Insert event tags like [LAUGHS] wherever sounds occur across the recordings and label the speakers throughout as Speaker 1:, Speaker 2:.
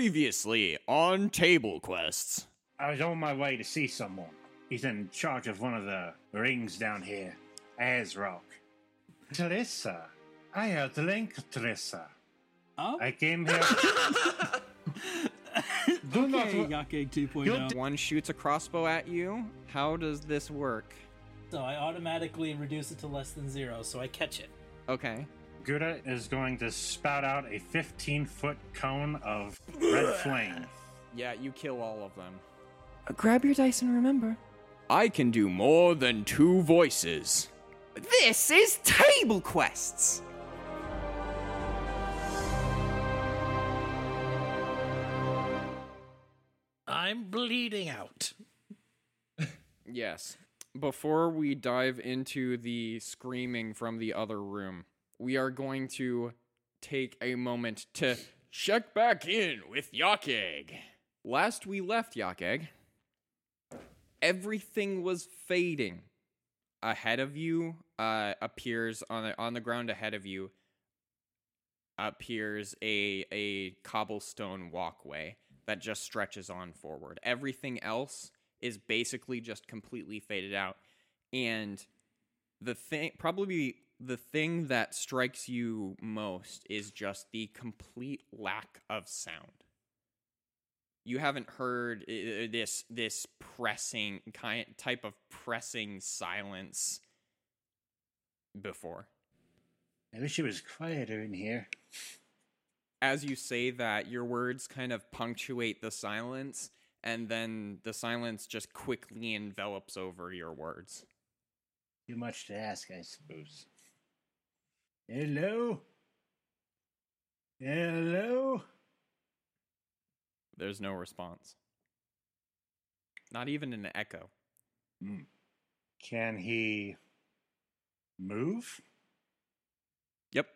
Speaker 1: Previously on Table Quests.
Speaker 2: I was on my way to see someone. He's in charge of one of the rings down here, Azrock. Teresa, I outrank Teresa.
Speaker 3: Oh,
Speaker 2: I came here. Do not.
Speaker 3: okay, Yakeg
Speaker 4: oh.
Speaker 3: 2.0.
Speaker 2: You're-
Speaker 5: One shoots a crossbow at you. How does this work?
Speaker 3: So I automatically reduce it to less than zero, so I catch it.
Speaker 5: Okay.
Speaker 2: Gerda is going to spout out a 15 foot cone of red flame.
Speaker 5: Yeah, you kill all of them. grab your dice and remember.
Speaker 1: I can do more than two voices.
Speaker 5: This is Table Quests!
Speaker 6: I'm bleeding out.
Speaker 5: Yes. Before we dive into the screaming from the other room, we are going to take a moment to
Speaker 1: Check back in with Yakeg.
Speaker 5: Last we left Yakeg, everything was fading. Ahead of you uh, appears on the on the ground ahead of you appears a a cobblestone walkway that just stretches on forward. Everything else is basically just completely faded out. And the thing probably the thing that strikes you most is just the complete lack of sound you haven't heard uh, this this pressing kind type of pressing silence before.
Speaker 2: I wish it was quieter in here.
Speaker 5: As you say that, your words kind of punctuate the silence, and then the silence just quickly envelops over your words.
Speaker 2: Too much to ask, I suppose. Hello? Hello?
Speaker 5: There's no response. Not even an echo.
Speaker 2: Can he move?
Speaker 5: Yep.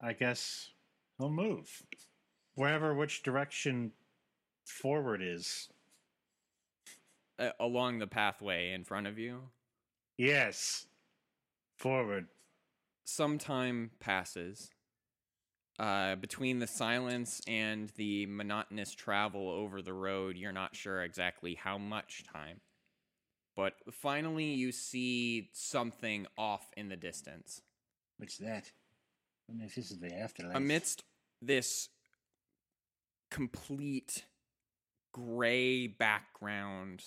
Speaker 2: I guess he'll move. Wherever which direction forward is.
Speaker 5: Uh, along the pathway in front of you.
Speaker 2: Yes. Forward.
Speaker 5: some time passes uh, between the silence and the monotonous travel over the road you're not sure exactly how much time but finally you see something off in the distance
Speaker 2: What's that? I wonder if this is the afterlife.
Speaker 5: amidst this complete gray background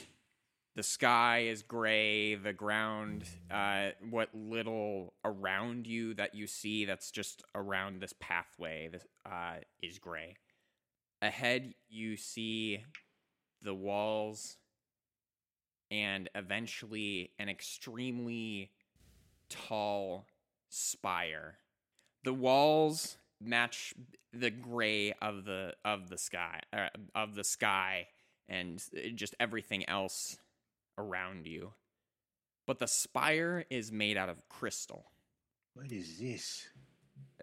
Speaker 5: the sky is gray the ground uh, what little around you that you see that's just around this pathway this, uh, is gray ahead you see the walls and eventually an extremely tall spire the walls match the gray of the of the sky uh, of the sky and uh, just everything else around you but the spire is made out of crystal
Speaker 2: What is this?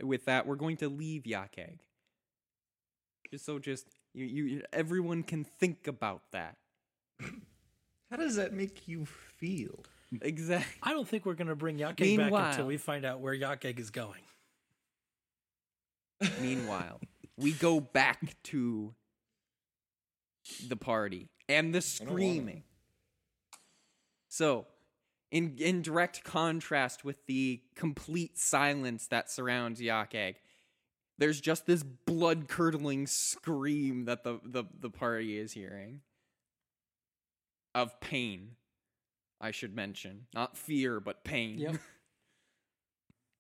Speaker 5: with that we're going to leave yakeg just so just you, you everyone can think about that [LAUGHS]
Speaker 6: How does that make you feel?
Speaker 5: exactly
Speaker 4: I don't think we're going to bring Yakeg
Speaker 5: Meanwhile-
Speaker 4: back until we find out where Yakeg is going.
Speaker 5: meanwhile we go back to the party and the screaming So, in in direct contrast with the complete silence that surrounds Yakeg, there's just this blood curdling scream that the, the the party is hearing of pain. I should mention, not fear, but pain.
Speaker 4: Yep.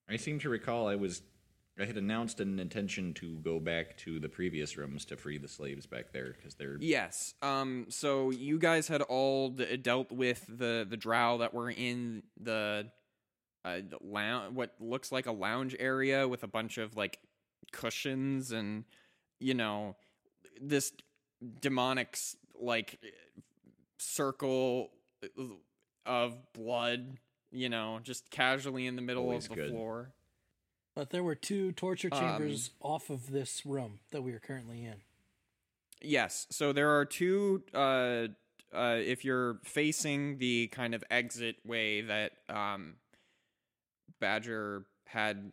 Speaker 7: I seem to recall I was I had announced an intention to go back to the previous rooms to free the slaves back there because they're
Speaker 5: Yes. Um. So you guys had all d- dealt with the the drow that were in the uh the lounge, what looks like a lounge area with a bunch of like cushions and you know this demonic s- like circle uh, of blood. You know, just casually in the middle
Speaker 7: Always
Speaker 5: of the
Speaker 7: good.
Speaker 5: floor.
Speaker 4: But there were two torture
Speaker 5: Um,
Speaker 4: chambers off of this room that we are currently in.
Speaker 5: Yes. So there are two. Uh, uh, if you're facing the kind of exit way that um, Badger had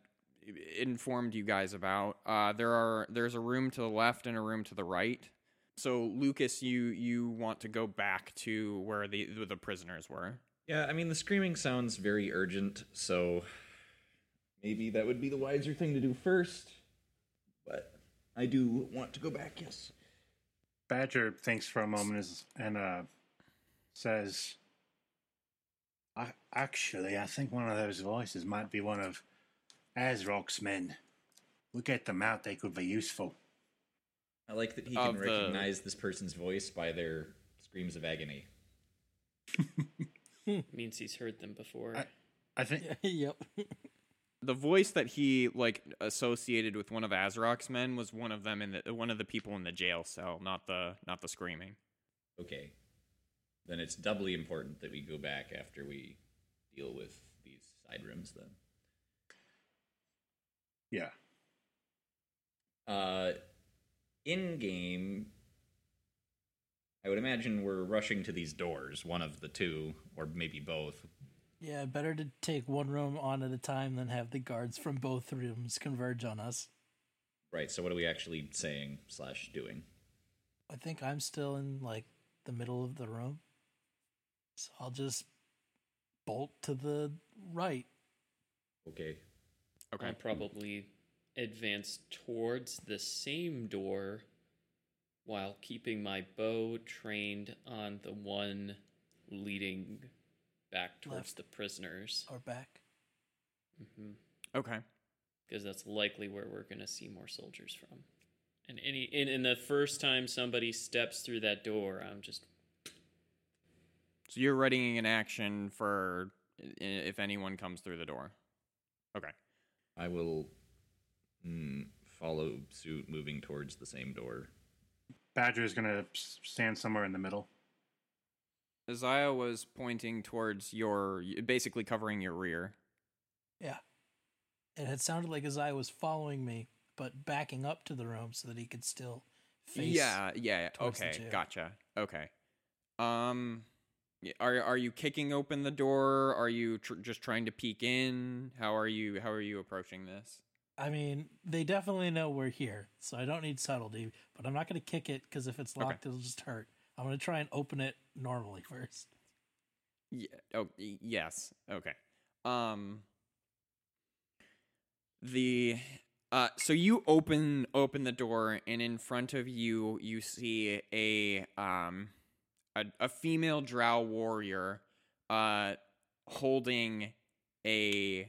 Speaker 5: informed you guys about. Uh, there are there's a room to the left and a room to the right. So Lucas, you you want to go back to where the where the prisoners were.
Speaker 7: Yeah, I mean the screaming sounds very urgent, so maybe that would be the wiser thing to do first. But I do want to go back, yes.
Speaker 2: Badger thinks for a moment is, and uh, says, I, Actually, I think one of those voices might be one of Azrok's men. We get them out, they could be useful.
Speaker 7: I like that he
Speaker 5: Of
Speaker 7: can
Speaker 5: the-
Speaker 7: recognize this person's voice by their screams of agony.
Speaker 8: means he's heard them before.
Speaker 2: I- I think
Speaker 4: yep.
Speaker 5: The voice that he like associated with one of Azrok's men was one of them in the one of the people in the jail cell, not the not the screaming.
Speaker 7: Okay. Then it's doubly important that we go back after we deal with these side rooms then.
Speaker 2: Yeah.
Speaker 7: uh, in game, I would imagine we're rushing to these doors, one of the two, or maybe both.
Speaker 4: Yeah, better to take one room on at a time than have the guards from both rooms converge on us.
Speaker 7: Right. So, what are we actually saying slash doing?
Speaker 4: I think I'm still in like the middle of the room. So I'll just bolt to the right.
Speaker 7: Okay.
Speaker 8: I'll probably advance towards the same door while keeping my bow trained on the one leading back towards
Speaker 4: Left. Oh.
Speaker 8: the prisoners.
Speaker 4: or back.
Speaker 5: Okay.
Speaker 8: because that's likely where we're going to see more soldiers from. And any and, and the first time somebody steps through that door, I'm just
Speaker 5: So you're readying an action for i- if anyone comes through the door. Okay.
Speaker 7: I will mm, follow suit, moving towards the same door.
Speaker 2: Badger is going to stand somewhere in the middle.
Speaker 5: Isaiah was pointing towards your, basically covering your rear.
Speaker 4: Yeah. It had sounded like Isaiah was following me, but backing up to the room so that he could still face.
Speaker 5: yeah, yeah.
Speaker 4: towards the
Speaker 5: Okay,
Speaker 4: jail.
Speaker 5: gotcha. Okay. Um, y- are are you kicking open the door? Are you tr- just trying to peek in? How are you? How are you approaching this?
Speaker 4: I mean, they definitely know we're here, so I don't need subtlety, but I'm not going to kick it because if it's
Speaker 5: Okay.
Speaker 4: locked, it'll just hurt. I'm going to try and open it normally first.
Speaker 5: Yeah. Oh, y- yes. Okay. Um. The uh, so you open open the door, and in front of you, you see a um, a, a female Drow warrior, uh, holding a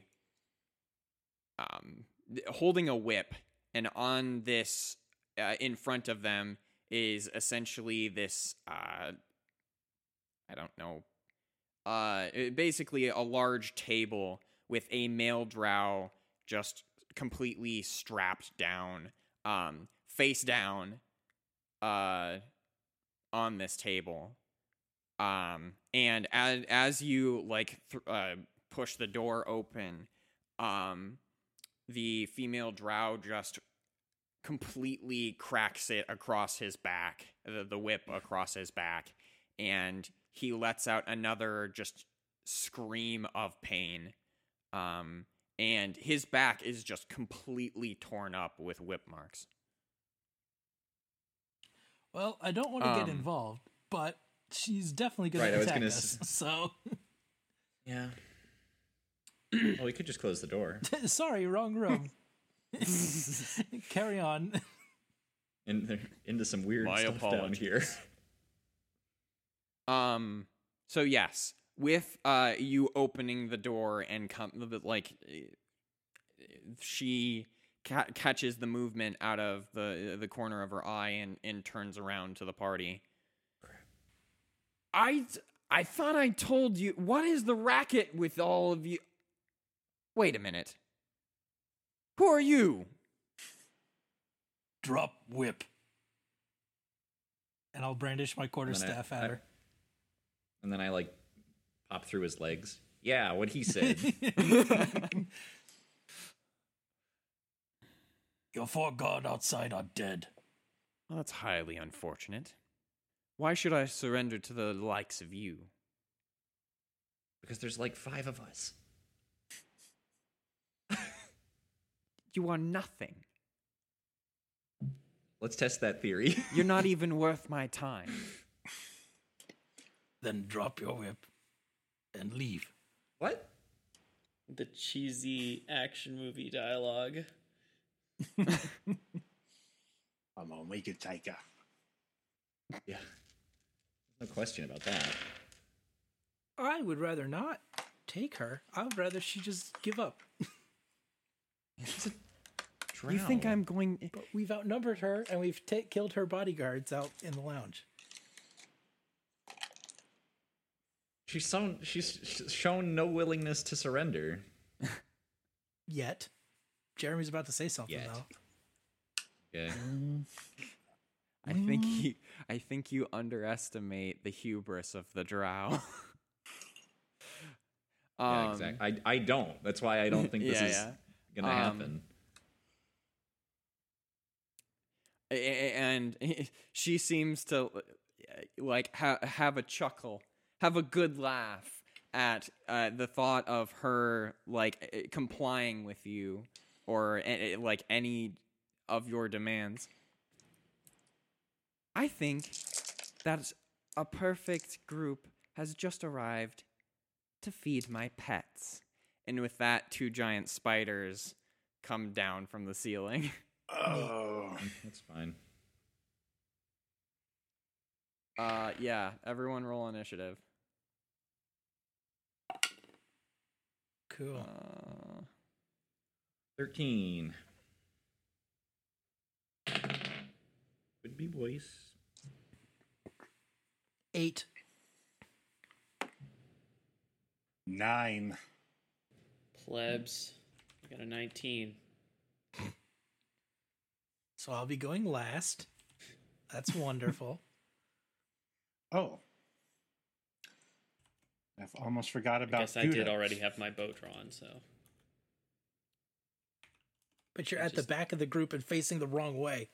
Speaker 5: um, th- holding a whip, and on this, uh, in front of them is essentially this uh, I don't know uh, it- basically a large table with a male drow just completely strapped down, um, face down, uh, on this table. Um, and as as you like th- uh, push the door open, um, the female drow just completely cracks it across his back, the, the whip across his back, and he lets out another just scream of pain. Um, and his back is just completely torn up with whip marks.
Speaker 4: Well, I don't want to get
Speaker 5: Um,
Speaker 4: involved, but she's definitely going
Speaker 7: Right, I
Speaker 4: to
Speaker 7: was
Speaker 4: attack
Speaker 7: gonna
Speaker 4: us. So, [LAUGHS]
Speaker 7: Yeah. [CLEARS THROAT] well, we could just close the door.
Speaker 4: sorry, wrong
Speaker 7: [LAUGHS]
Speaker 4: room. Carry on.
Speaker 7: In into some weird
Speaker 5: My
Speaker 7: stuff down
Speaker 5: apologies.
Speaker 7: here.
Speaker 5: Um. So yes, with uh you opening the door and come like eh, she ca- catches the movement out of the the corner of her eye and and turns around to the party. I I thought I told you what is the racket with all of you. Wait a minute. Who are you?
Speaker 4: drop whip. And I'll brandish my
Speaker 7: And then I-
Speaker 4: quarterstaff at
Speaker 7: I-
Speaker 4: her.
Speaker 7: And then I like pop through his legs. Yeah, what he
Speaker 4: [LAUGHS]
Speaker 7: said.
Speaker 4: Your four guard outside are dead.
Speaker 5: Well, that's highly unfortunate. Why should I surrender to the likes of you?
Speaker 7: because there's like five of us.
Speaker 5: You are nothing.
Speaker 7: Let's test that theory. [LAUGHS]
Speaker 5: You're not even worth my time.
Speaker 4: Then drop your whip and leave.
Speaker 7: what?
Speaker 8: The cheesy action movie dialogue.
Speaker 2: Come on, we could take her.
Speaker 7: Yeah. No question about that.
Speaker 4: I would rather not take her. I would rather she just give up.
Speaker 5: You think
Speaker 7: Drow.
Speaker 5: I'm going?
Speaker 4: But we've outnumbered her and we've ta killed her bodyguards out in the lounge.
Speaker 7: She's shown she's sh- shown no willingness to surrender.
Speaker 4: Yet. Jeremy's about to say something,
Speaker 7: Yet.
Speaker 4: though.
Speaker 7: Yeah.
Speaker 5: I think
Speaker 7: Mm.
Speaker 5: you. I think you underestimate the hubris of the Drow. [LAUGHS]
Speaker 7: yeah,
Speaker 5: Um,
Speaker 7: exactly. I I don't. That's why I don't think
Speaker 5: [LAUGHS]
Speaker 7: this
Speaker 5: yeah,
Speaker 7: is
Speaker 5: yeah.
Speaker 7: gonna
Speaker 5: Um,
Speaker 7: happen.
Speaker 5: A- a- and [LAUGHS] she seems to uh, like ha- have a chuckle, have a good laugh at uh, the thought of her like eh, complying with you or eh, eh, like any of your demands. I think that a perfect group has just arrived to feed my pets. And with that, two giant spiders come down from the ceiling. [LAUGHS]
Speaker 2: Oh,
Speaker 7: That's fine.
Speaker 5: Uh, yeah. Everyone roll initiative.
Speaker 4: Cool.
Speaker 5: Uh,
Speaker 7: Thirteen. Would be boys.
Speaker 4: Eight.
Speaker 2: nine.
Speaker 8: Plebs. I got a 19.
Speaker 4: So I'll be going last. That's wonderful.
Speaker 2: Oh. I've almost forgot
Speaker 8: I
Speaker 2: about
Speaker 8: guess I did
Speaker 2: Duda.
Speaker 8: already have my bow drawn, so.
Speaker 4: But you're
Speaker 8: I
Speaker 4: at
Speaker 8: just-
Speaker 4: the back of the group and facing the wrong way.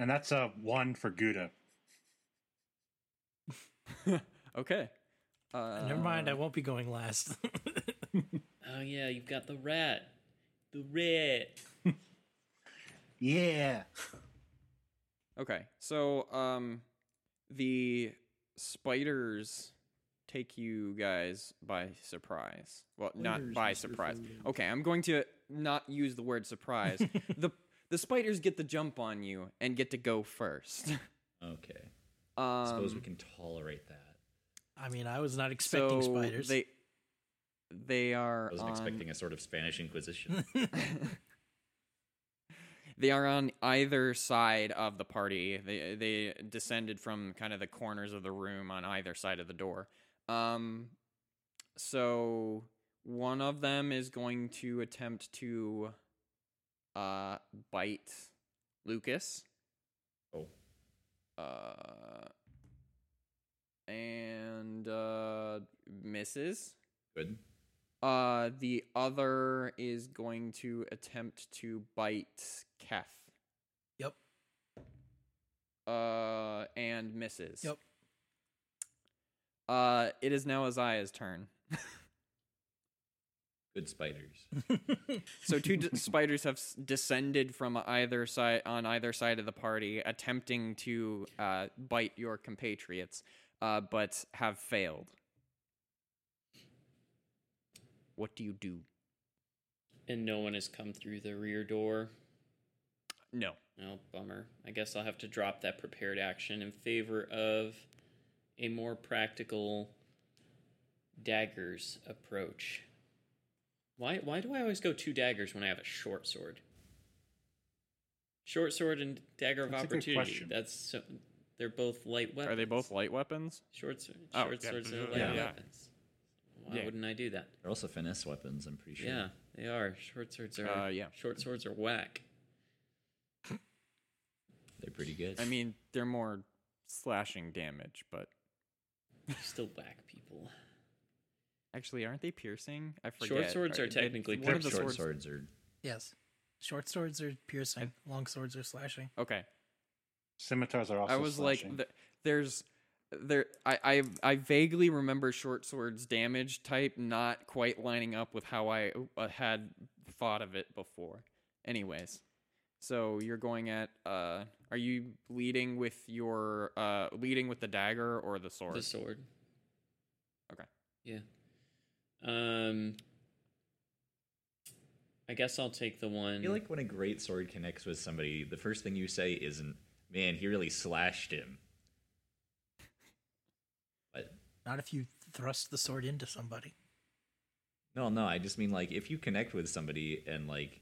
Speaker 2: And that's a one for Gouda.
Speaker 5: okay. Uh,
Speaker 4: Never mind, I won't be going last. [LAUGHS]
Speaker 8: Oh, yeah, you've got the rat. The rat.
Speaker 2: Yeah.
Speaker 5: Okay. So, um, the spiders take you guys by surprise. Well, not by surprise. Okay, I'm going to not use the word surprise.
Speaker 4: [LAUGHS]
Speaker 5: the The spiders get the jump on you and get to go first.
Speaker 4: [LAUGHS]
Speaker 7: Okay.
Speaker 5: Um,
Speaker 7: Suppose we can tolerate that.
Speaker 4: I mean, I was not expecting
Speaker 5: so
Speaker 4: spiders.
Speaker 5: They they are
Speaker 7: I wasn't
Speaker 5: on-
Speaker 7: expecting a sort of
Speaker 5: [LAUGHS]
Speaker 7: Spanish Inquisition.
Speaker 5: they are on either side of the party. They they descended from kind of the corners of the room on either side of the door. Um, so one of them is going to attempt to uh bite Lucas.
Speaker 7: oh.
Speaker 5: Uh. And uh, misses.
Speaker 7: Good.
Speaker 5: Uh, the other is going to attempt to bite Kef.
Speaker 4: Yep.
Speaker 5: Uh, and misses.
Speaker 4: Yep.
Speaker 5: Uh, it is now Isaiah's turn.
Speaker 7: Good spiders.
Speaker 5: So two
Speaker 4: [LAUGHS]
Speaker 5: d- spiders have s- descended from either side on either side of the party, attempting to uh, bite your compatriots, uh, but have failed. What do you do?
Speaker 8: And no one has come through the rear door.
Speaker 5: No.
Speaker 8: Oh, bummer. I guess I'll have to drop that prepared action in favor of a more practical daggers approach. Why why do I always go two daggers when I have a short sword? Short sword and dagger of
Speaker 2: That's a good
Speaker 8: opportunity.
Speaker 2: question.
Speaker 8: That's so, they're both light weapons.
Speaker 5: Are they both light weapons?
Speaker 8: Short, sword,
Speaker 5: Oh,
Speaker 8: short
Speaker 1: yeah,
Speaker 8: swords are
Speaker 1: yeah,
Speaker 8: light
Speaker 2: yeah.
Speaker 8: weapons. Why
Speaker 1: Yeah.
Speaker 8: wouldn't I do that?
Speaker 7: They're also finesse weapons, I'm pretty sure.
Speaker 8: Yeah, they are. Short swords are
Speaker 5: Uh, yeah.
Speaker 8: short swords are whack.
Speaker 7: They're pretty good.
Speaker 5: I mean, they're more slashing damage, but
Speaker 8: You still whack people.
Speaker 5: actually, aren't they piercing? I forget.
Speaker 8: swords are
Speaker 5: did-
Speaker 8: technically
Speaker 5: one of the
Speaker 7: short
Speaker 5: swords.
Speaker 7: swords are
Speaker 4: [LAUGHS] yes. Short swords are piercing, long swords are slashing.
Speaker 5: Okay,
Speaker 2: Scimitars are also
Speaker 5: I was
Speaker 2: slashing.
Speaker 5: like, th- there's there. I, I I vaguely remember short swords damage type not quite lining up with how I uh, had thought of it before. Anyways, so you're going at uh are you leading with your uh leading with the dagger or the sword?
Speaker 8: The sword.
Speaker 5: Okay.
Speaker 8: Yeah. Um. I guess I'll take the
Speaker 7: I
Speaker 8: one.
Speaker 7: feel like when a great sword connects with somebody, the first thing you say isn't, "Man, he really slashed him." But
Speaker 4: Not if you thrust the sword into somebody.
Speaker 7: no, no, I just mean like if you connect with somebody and like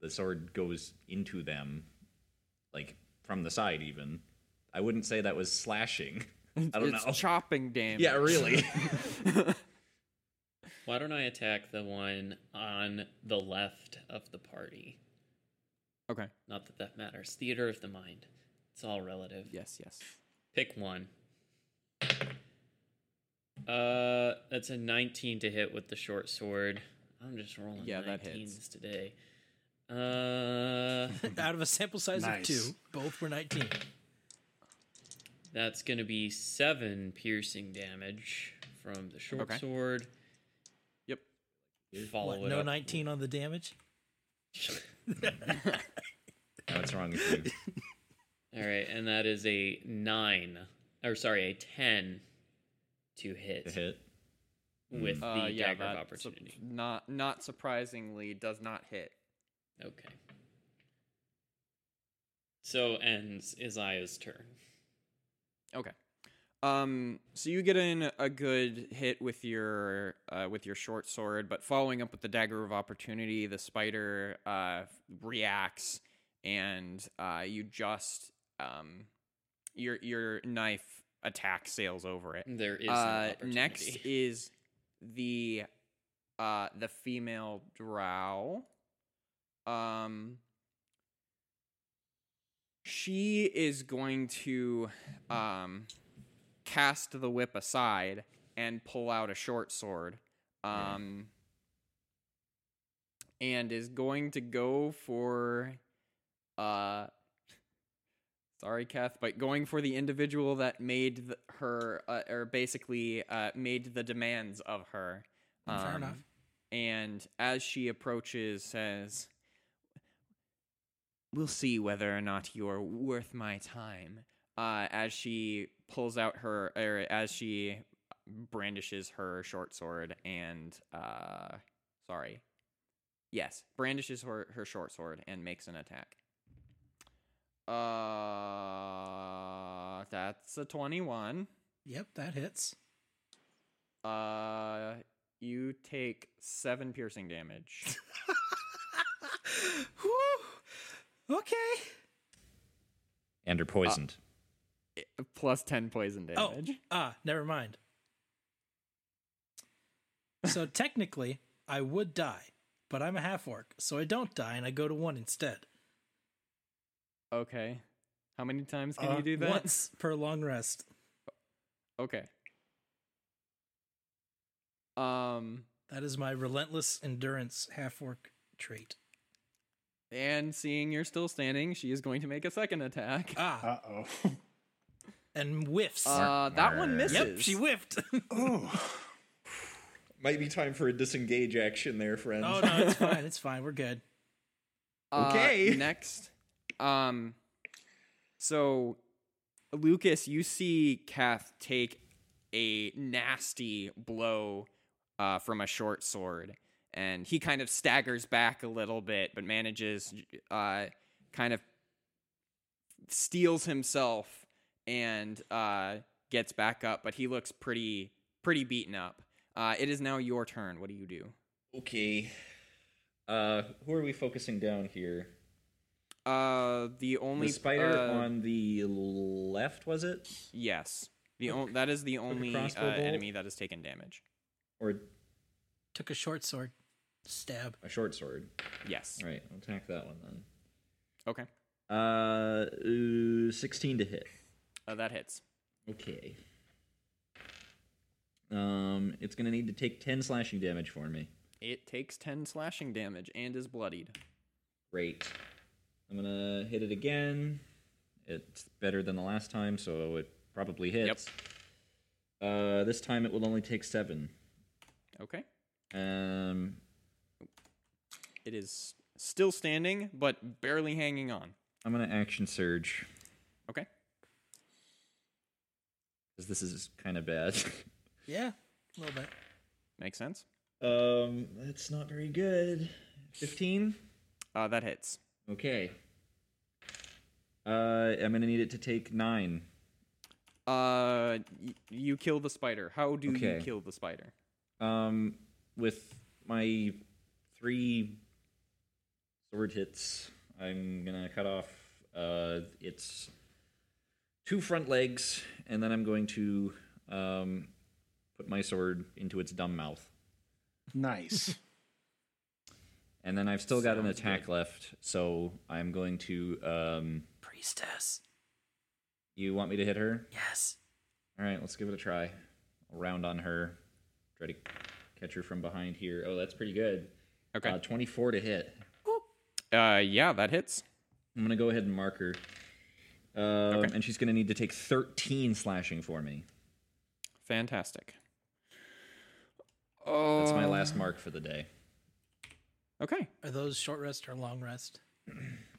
Speaker 7: the sword goes into them, like from the side even, I wouldn't say that was
Speaker 4: [LAUGHS]
Speaker 7: slashing. I don't
Speaker 5: it's
Speaker 7: know.
Speaker 5: chopping damage.
Speaker 7: yeah, really.
Speaker 8: Why don't I attack the one on the left of the party?
Speaker 5: [LAUGHS] Okay.
Speaker 8: Not that that matters. Theater of the mind. It's all relative.
Speaker 5: Yes, yes.
Speaker 8: Pick one. Uh, that's a 19 to hit with the short sword. I'm just rolling
Speaker 5: Yeah,
Speaker 8: 19s
Speaker 5: that hits.
Speaker 8: today. Uh,
Speaker 5: Hmm.
Speaker 4: [LAUGHS] Out of a sample size
Speaker 2: Nice.
Speaker 4: of two, both were 19.
Speaker 8: that's gonna be seven piercing damage from the short
Speaker 5: Okay.
Speaker 8: sword.
Speaker 5: Yep.
Speaker 8: Follow
Speaker 4: What,
Speaker 8: it
Speaker 4: no
Speaker 8: up.
Speaker 4: 19 on the damage?
Speaker 7: Now [LAUGHS] What's wrong with [LAUGHS] you?
Speaker 8: All right, and that is a nine, or sorry, a ten to hit
Speaker 7: The hit.
Speaker 8: with the
Speaker 5: Uh, yeah,
Speaker 8: dagger of
Speaker 5: that sup-
Speaker 8: opportunity.
Speaker 5: not not surprisingly does not hit.
Speaker 8: Okay. So ends Isaiah's turn.
Speaker 5: Okay. Um, so you get in a good hit with your uh, with your short sword, but following up with the dagger of opportunity, the spider uh, reacts, and uh, you just um, your your knife attack sails over it.
Speaker 8: There is an
Speaker 5: Uh,
Speaker 8: opportunity. [LAUGHS]
Speaker 5: next is the uh, the female drow. Um, she is going to um, cast the whip aside and pull out a short sword. Um, and is going to go for uh [LAUGHS] sorry Kath, but going for the individual that made the, her uh, or basically uh made the demands of her. Um,
Speaker 4: Mm, Fair enough.
Speaker 5: And as she approaches says We'll see whether or not you're worth my time. Uh, as she pulls out her or as she brandishes her short sword and uh sorry. Yes, brandishes her, her short sword and makes an attack. Uh, that's a 21.
Speaker 4: Yep,
Speaker 5: [LAUGHS]
Speaker 4: that hits.
Speaker 5: Uh, you take seven piercing
Speaker 4: [LAUGHS]
Speaker 5: damage.
Speaker 4: Whew. Okay.
Speaker 7: And are poisoned.
Speaker 5: Plus 10 poison damage.
Speaker 4: Oh, ah, never mind. So [LAUGHS] technically, I would die, but I'm a half orc, so I don't die and I go to one instead.
Speaker 5: Okay. How many times can
Speaker 2: Uh,
Speaker 5: you do that?
Speaker 4: Once per long rest.
Speaker 5: Okay. Um,
Speaker 4: That is my relentless endurance half orc trait.
Speaker 5: and seeing you're still standing, she is going to make a second attack.
Speaker 4: Ah,
Speaker 2: Uh oh. [LAUGHS]
Speaker 4: and whiffs.
Speaker 5: Uh, that one misses.
Speaker 4: yep, she
Speaker 7: [LAUGHS]
Speaker 4: whiffed. [LAUGHS]
Speaker 2: oh.
Speaker 7: Might be time for a disengage action there, friend.
Speaker 4: oh no, it's fine. It's fine. We're good.
Speaker 5: Uh,
Speaker 4: [LAUGHS]
Speaker 7: Okay.
Speaker 5: next, um, so Lucas, you see Kath take a nasty blow uh, from a short sword, and he kind of staggers back a little bit, but manages, uh, kind of steals himself and uh, gets back up, but he looks pretty pretty beaten up. Uh, it is now your turn. What do you do?
Speaker 7: Okay. Uh, who are we focusing down here?
Speaker 5: Uh, the only
Speaker 7: the spider
Speaker 5: uh,
Speaker 7: on the left, was it?
Speaker 5: Yes. The on- that is the only uh,
Speaker 7: crossbow bolt?
Speaker 5: enemy that has taken damage.
Speaker 7: Or
Speaker 4: Took a short sword stab.
Speaker 7: a short sword?
Speaker 5: Yes.
Speaker 7: All right, I'll attack that one then.
Speaker 5: Okay.
Speaker 7: Uh, ooh, 16 to hit.
Speaker 5: Uh, that hits.
Speaker 7: Okay. Um, it's gonna need to take 10 slashing damage for me.
Speaker 5: It takes 10 slashing damage and is bloodied.
Speaker 7: Great. I'm gonna hit it again. It's better than the last time, so it probably hits. Yep. Uh, this time it will only take seven.
Speaker 5: Okay.
Speaker 7: Um,
Speaker 5: It is still standing, but barely hanging on.
Speaker 7: I'm gonna action surge
Speaker 5: Okay.
Speaker 7: because this is kind of bad. [LAUGHS]
Speaker 4: Yeah, a little bit.
Speaker 5: Makes sense.
Speaker 7: um, that's not very good. Fifteen.
Speaker 5: Uh, that hits.
Speaker 7: Okay. Uh, I'm gonna need it to take nine.
Speaker 5: Uh, y- you kill the spider. How do you
Speaker 7: Okay.
Speaker 5: kill the spider?
Speaker 7: Um, with my three sword hits, I'm gonna cut off uh its two front legs, and then I'm going to um put my sword into its dumb mouth.
Speaker 2: Nice.
Speaker 7: And then I've still got an attack left, so I'm going to um
Speaker 4: Priestess.
Speaker 7: you want me to hit her?
Speaker 4: Yes.
Speaker 7: All right, let's give it a try. I'll round on her. Try to catch her from behind here. Oh, that's pretty good.
Speaker 5: Okay.
Speaker 7: Uh, 24 to hit.
Speaker 5: Uh, yeah, that hits.
Speaker 7: I'm going to go ahead and mark her. Um, And she's going to need to take 13 slashing for me.
Speaker 5: Fantastic. Oh,
Speaker 7: That's my last mark for the day.
Speaker 5: Okay.
Speaker 4: Are those short rest or long rest?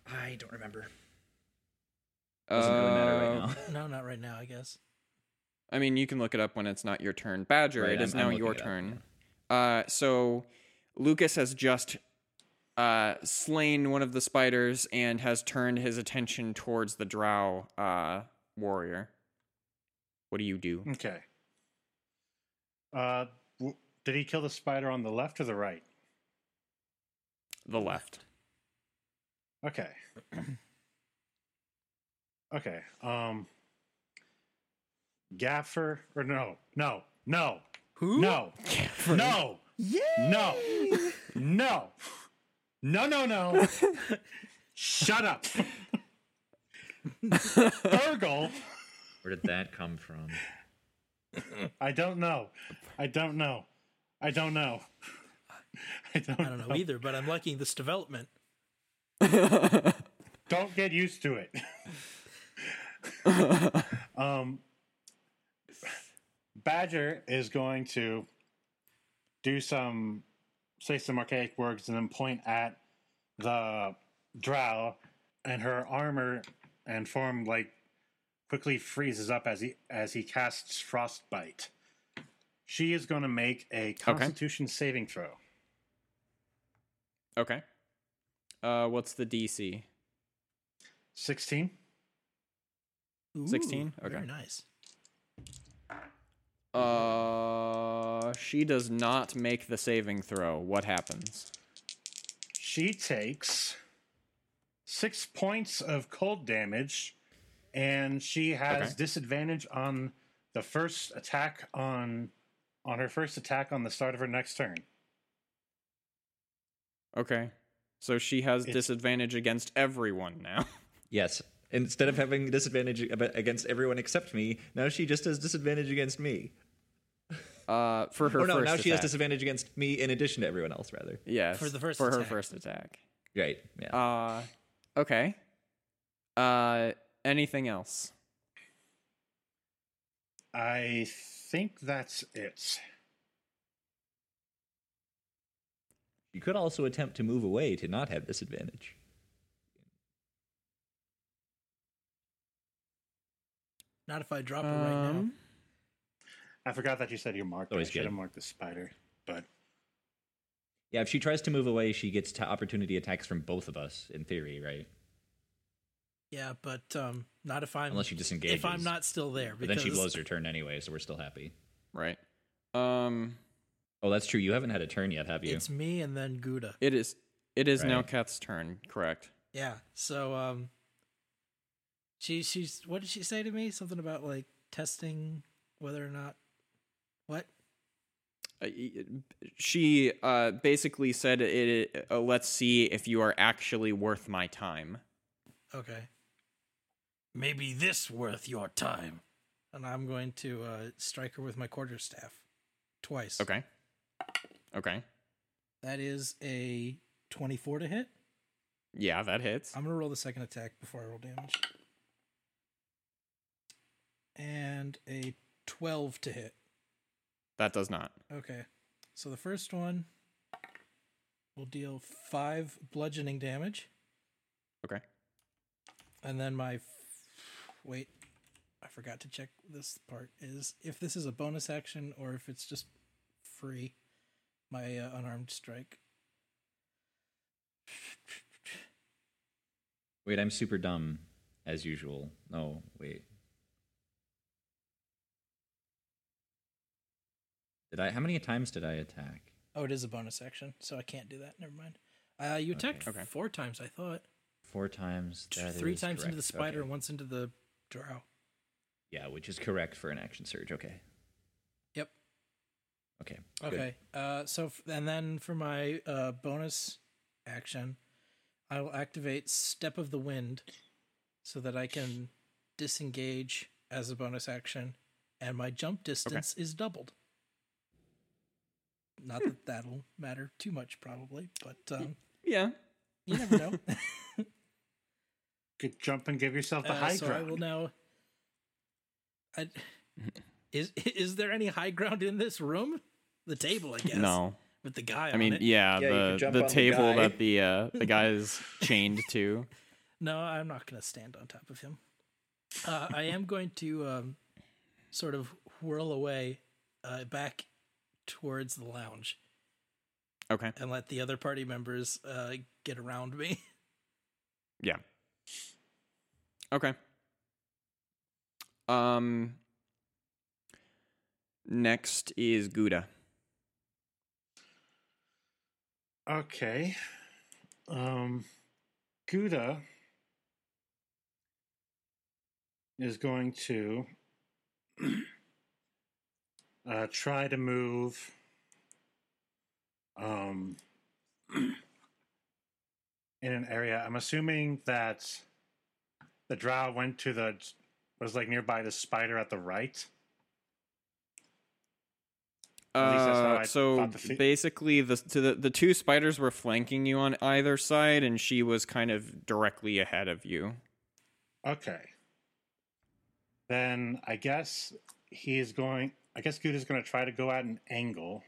Speaker 7: I don't remember.
Speaker 5: uh,
Speaker 7: Doesn't really matter right now.
Speaker 4: No, not right now, I guess.
Speaker 5: I mean, you can look it up when it's not your turn. Badger,
Speaker 7: Right,
Speaker 5: it is
Speaker 7: I'm- I'm
Speaker 5: now
Speaker 7: looking
Speaker 5: your
Speaker 7: it up,
Speaker 5: turn. Uh, so Lucas has just uh, slain one of the spiders and has turned his attention towards the drow uh, warrior. What do you do?
Speaker 2: okay. Uh, w- did he kill the spider on the left or the right?
Speaker 5: The left.
Speaker 2: Okay. [CLEARS THROAT] okay. Um. Gaffer or no? No. No. Who? No. No. No. No. No. No. No. Shut up. Urgle.
Speaker 7: Where did that come from?
Speaker 2: I don't know. I don't know. I don't know. [LAUGHS] I don't,
Speaker 4: I don't know either, but I'm liking this development.
Speaker 2: don't get used to it. um, Badger is going to do some, say some archaic words, and then point at the drow, and her armor and form like quickly freezes up as he as he casts frostbite. She is going to make a Constitution saving throw.
Speaker 5: Okay. Uh, what's the DC?
Speaker 2: Sixteen.
Speaker 5: 16?
Speaker 4: Ooh,
Speaker 5: Okay.
Speaker 4: Very nice.
Speaker 5: Uh, she does not make the saving throw. What happens?
Speaker 2: She takes six points of cold damage, and she has
Speaker 5: Okay.
Speaker 2: disadvantage on the first attack on on her first attack on the start of her next turn.
Speaker 5: Okay. So she has
Speaker 2: It's-
Speaker 5: disadvantage against everyone now.
Speaker 7: [LAUGHS]
Speaker 5: [LAUGHS]
Speaker 7: Yes. Instead of having disadvantage ab- against everyone except me, now she just has disadvantage against me.
Speaker 5: Uh, for her
Speaker 7: or Oh, no,
Speaker 5: first
Speaker 7: now she has
Speaker 5: attack.
Speaker 7: disadvantage against me in addition to everyone else, rather.
Speaker 5: Yes.
Speaker 4: For the first
Speaker 5: for her
Speaker 4: attack.
Speaker 5: first attack.
Speaker 7: Right. Yeah.
Speaker 5: Uh okay. Uh anything else?
Speaker 2: I think that's it.
Speaker 7: You could also attempt to move away to not have disadvantage.
Speaker 4: Not if I drop it right now.
Speaker 5: Um,
Speaker 2: I forgot that you said you marked. it. I
Speaker 7: Always
Speaker 2: should have
Speaker 7: good.
Speaker 2: marked the spider, but
Speaker 7: Yeah, if she tries to move away, she gets to opportunity attacks from both of us, in theory, right?
Speaker 4: Yeah, but um, not if I'm
Speaker 7: Unless she disengages.
Speaker 4: if I'm not still there.
Speaker 7: But
Speaker 4: Because
Speaker 7: then she blows her turn anyway, so we're still happy.
Speaker 5: Right. Um
Speaker 7: Oh, that's true. You haven't had a turn yet, have you?
Speaker 4: It's me and then Gouda.
Speaker 5: it is it is now
Speaker 7: Right.
Speaker 5: Kath's turn, correct.
Speaker 4: Yeah. So um, she she's what did she say to me? Something about like testing whether or not what?
Speaker 5: Uh, y- y- she uh basically said it uh, let's see if you are actually worth my time.
Speaker 4: Okay. Maybe this worth your time. And I'm going to uh, strike her with my quarterstaff twice.
Speaker 5: Okay. Okay.
Speaker 4: That is a 24 to hit.
Speaker 5: Yeah, that hits.
Speaker 4: I'm going to roll the second attack before I roll damage. And a 12 to hit.
Speaker 5: That does not.
Speaker 4: Okay. So the first one will deal five bludgeoning damage,
Speaker 5: Okay.
Speaker 4: and then my f- wait, I forgot to check this part. Is if this is a bonus action or if it's just free, my uh, unarmed strike.
Speaker 7: Wait, I'm super dumb as usual. No, wait. Did I? How many times did I attack?
Speaker 4: Oh, it is a bonus action, so I can't do that. Never mind. Uh, you attacked
Speaker 5: Okay.
Speaker 4: four times, I thought.
Speaker 7: Four times.
Speaker 4: T-
Speaker 7: that
Speaker 4: Three
Speaker 7: is
Speaker 4: times into the
Speaker 7: correct.
Speaker 4: spider
Speaker 7: Okay.
Speaker 4: and once into the drow.
Speaker 7: Yeah, which is correct for an action surge. Okay.
Speaker 4: Yep.
Speaker 7: Okay. good.
Speaker 4: Okay. Uh, so f- and then for my uh, bonus action, I will activate Step of the Wind, so that I can disengage as a bonus action, and my jump distance is doubled. Not that that'll matter too much, probably, but um,
Speaker 5: Yeah.
Speaker 4: you never know.
Speaker 2: Could jump and give yourself the
Speaker 4: Uh,
Speaker 2: high
Speaker 4: so I
Speaker 2: ground.
Speaker 4: will now. I, is is there any high ground in this room? The table, I guess.
Speaker 5: No.
Speaker 4: with the guy.
Speaker 5: I mean,
Speaker 4: on it.
Speaker 5: yeah,
Speaker 6: Yeah, you can
Speaker 5: the
Speaker 6: jump on
Speaker 5: the
Speaker 6: the
Speaker 5: table
Speaker 6: guy.
Speaker 5: that the uh, the guy
Speaker 6: [LAUGHS]
Speaker 5: is chained to.
Speaker 4: No, I'm not going to stand on top of him. Uh, I am going to um, sort of whirl away uh, back towards the lounge
Speaker 5: Okay.
Speaker 4: and let the other party members uh, get around me. [LAUGHS]
Speaker 5: Yeah. Okay. Um. Next is Gouda.
Speaker 2: Okay. Um, Gouda is going to [CLEARS THROAT] uh, try to move. Um, [CLEARS THROAT] in an area, I'm assuming that the drow went to the was like nearby the spider at the right. At least that's how
Speaker 5: Uh,
Speaker 2: I
Speaker 5: so
Speaker 2: thought the fi-
Speaker 5: basically, the to the the two spiders were flanking you on either side, and she was kind of directly ahead of you.
Speaker 2: Okay. Then I guess he is going. I guess Good is going to try to go at an angle.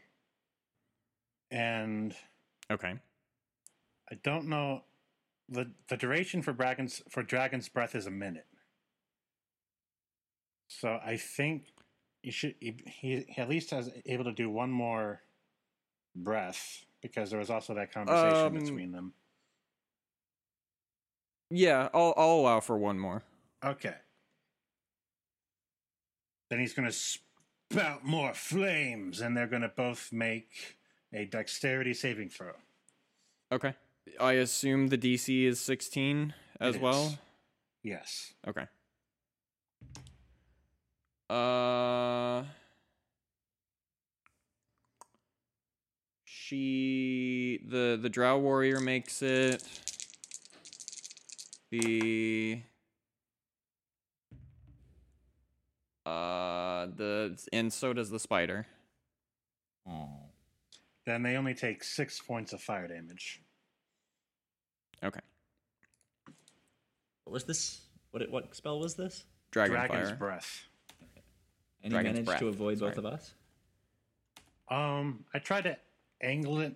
Speaker 2: And
Speaker 5: Okay.
Speaker 2: I don't know. the The duration for dragons for dragon's breath is a minute. So I think you should. He, he at least has able to do one more breath because there was also that conversation
Speaker 5: Um,
Speaker 2: between them.
Speaker 5: Yeah, I'll I'll allow for one more.
Speaker 2: Okay. Then he's going to spout more flames, and they're going to both make a dexterity saving throw.
Speaker 5: Okay. I assume the DC is 16 as
Speaker 2: It
Speaker 5: well.
Speaker 2: is. Yes.
Speaker 5: Okay. Uh She the the drow warrior makes it. The uh the and so does the spider.
Speaker 7: Aw.
Speaker 2: Then they only take six points of fire damage.
Speaker 5: Okay.
Speaker 7: What was this? What what spell was this?
Speaker 5: Dragon
Speaker 2: Dragon's
Speaker 5: fire.
Speaker 2: breath.
Speaker 7: And he
Speaker 5: Dragon's
Speaker 7: managed
Speaker 5: breath,
Speaker 7: to avoid
Speaker 5: that's
Speaker 7: both of us.
Speaker 2: Um, I tried to angle it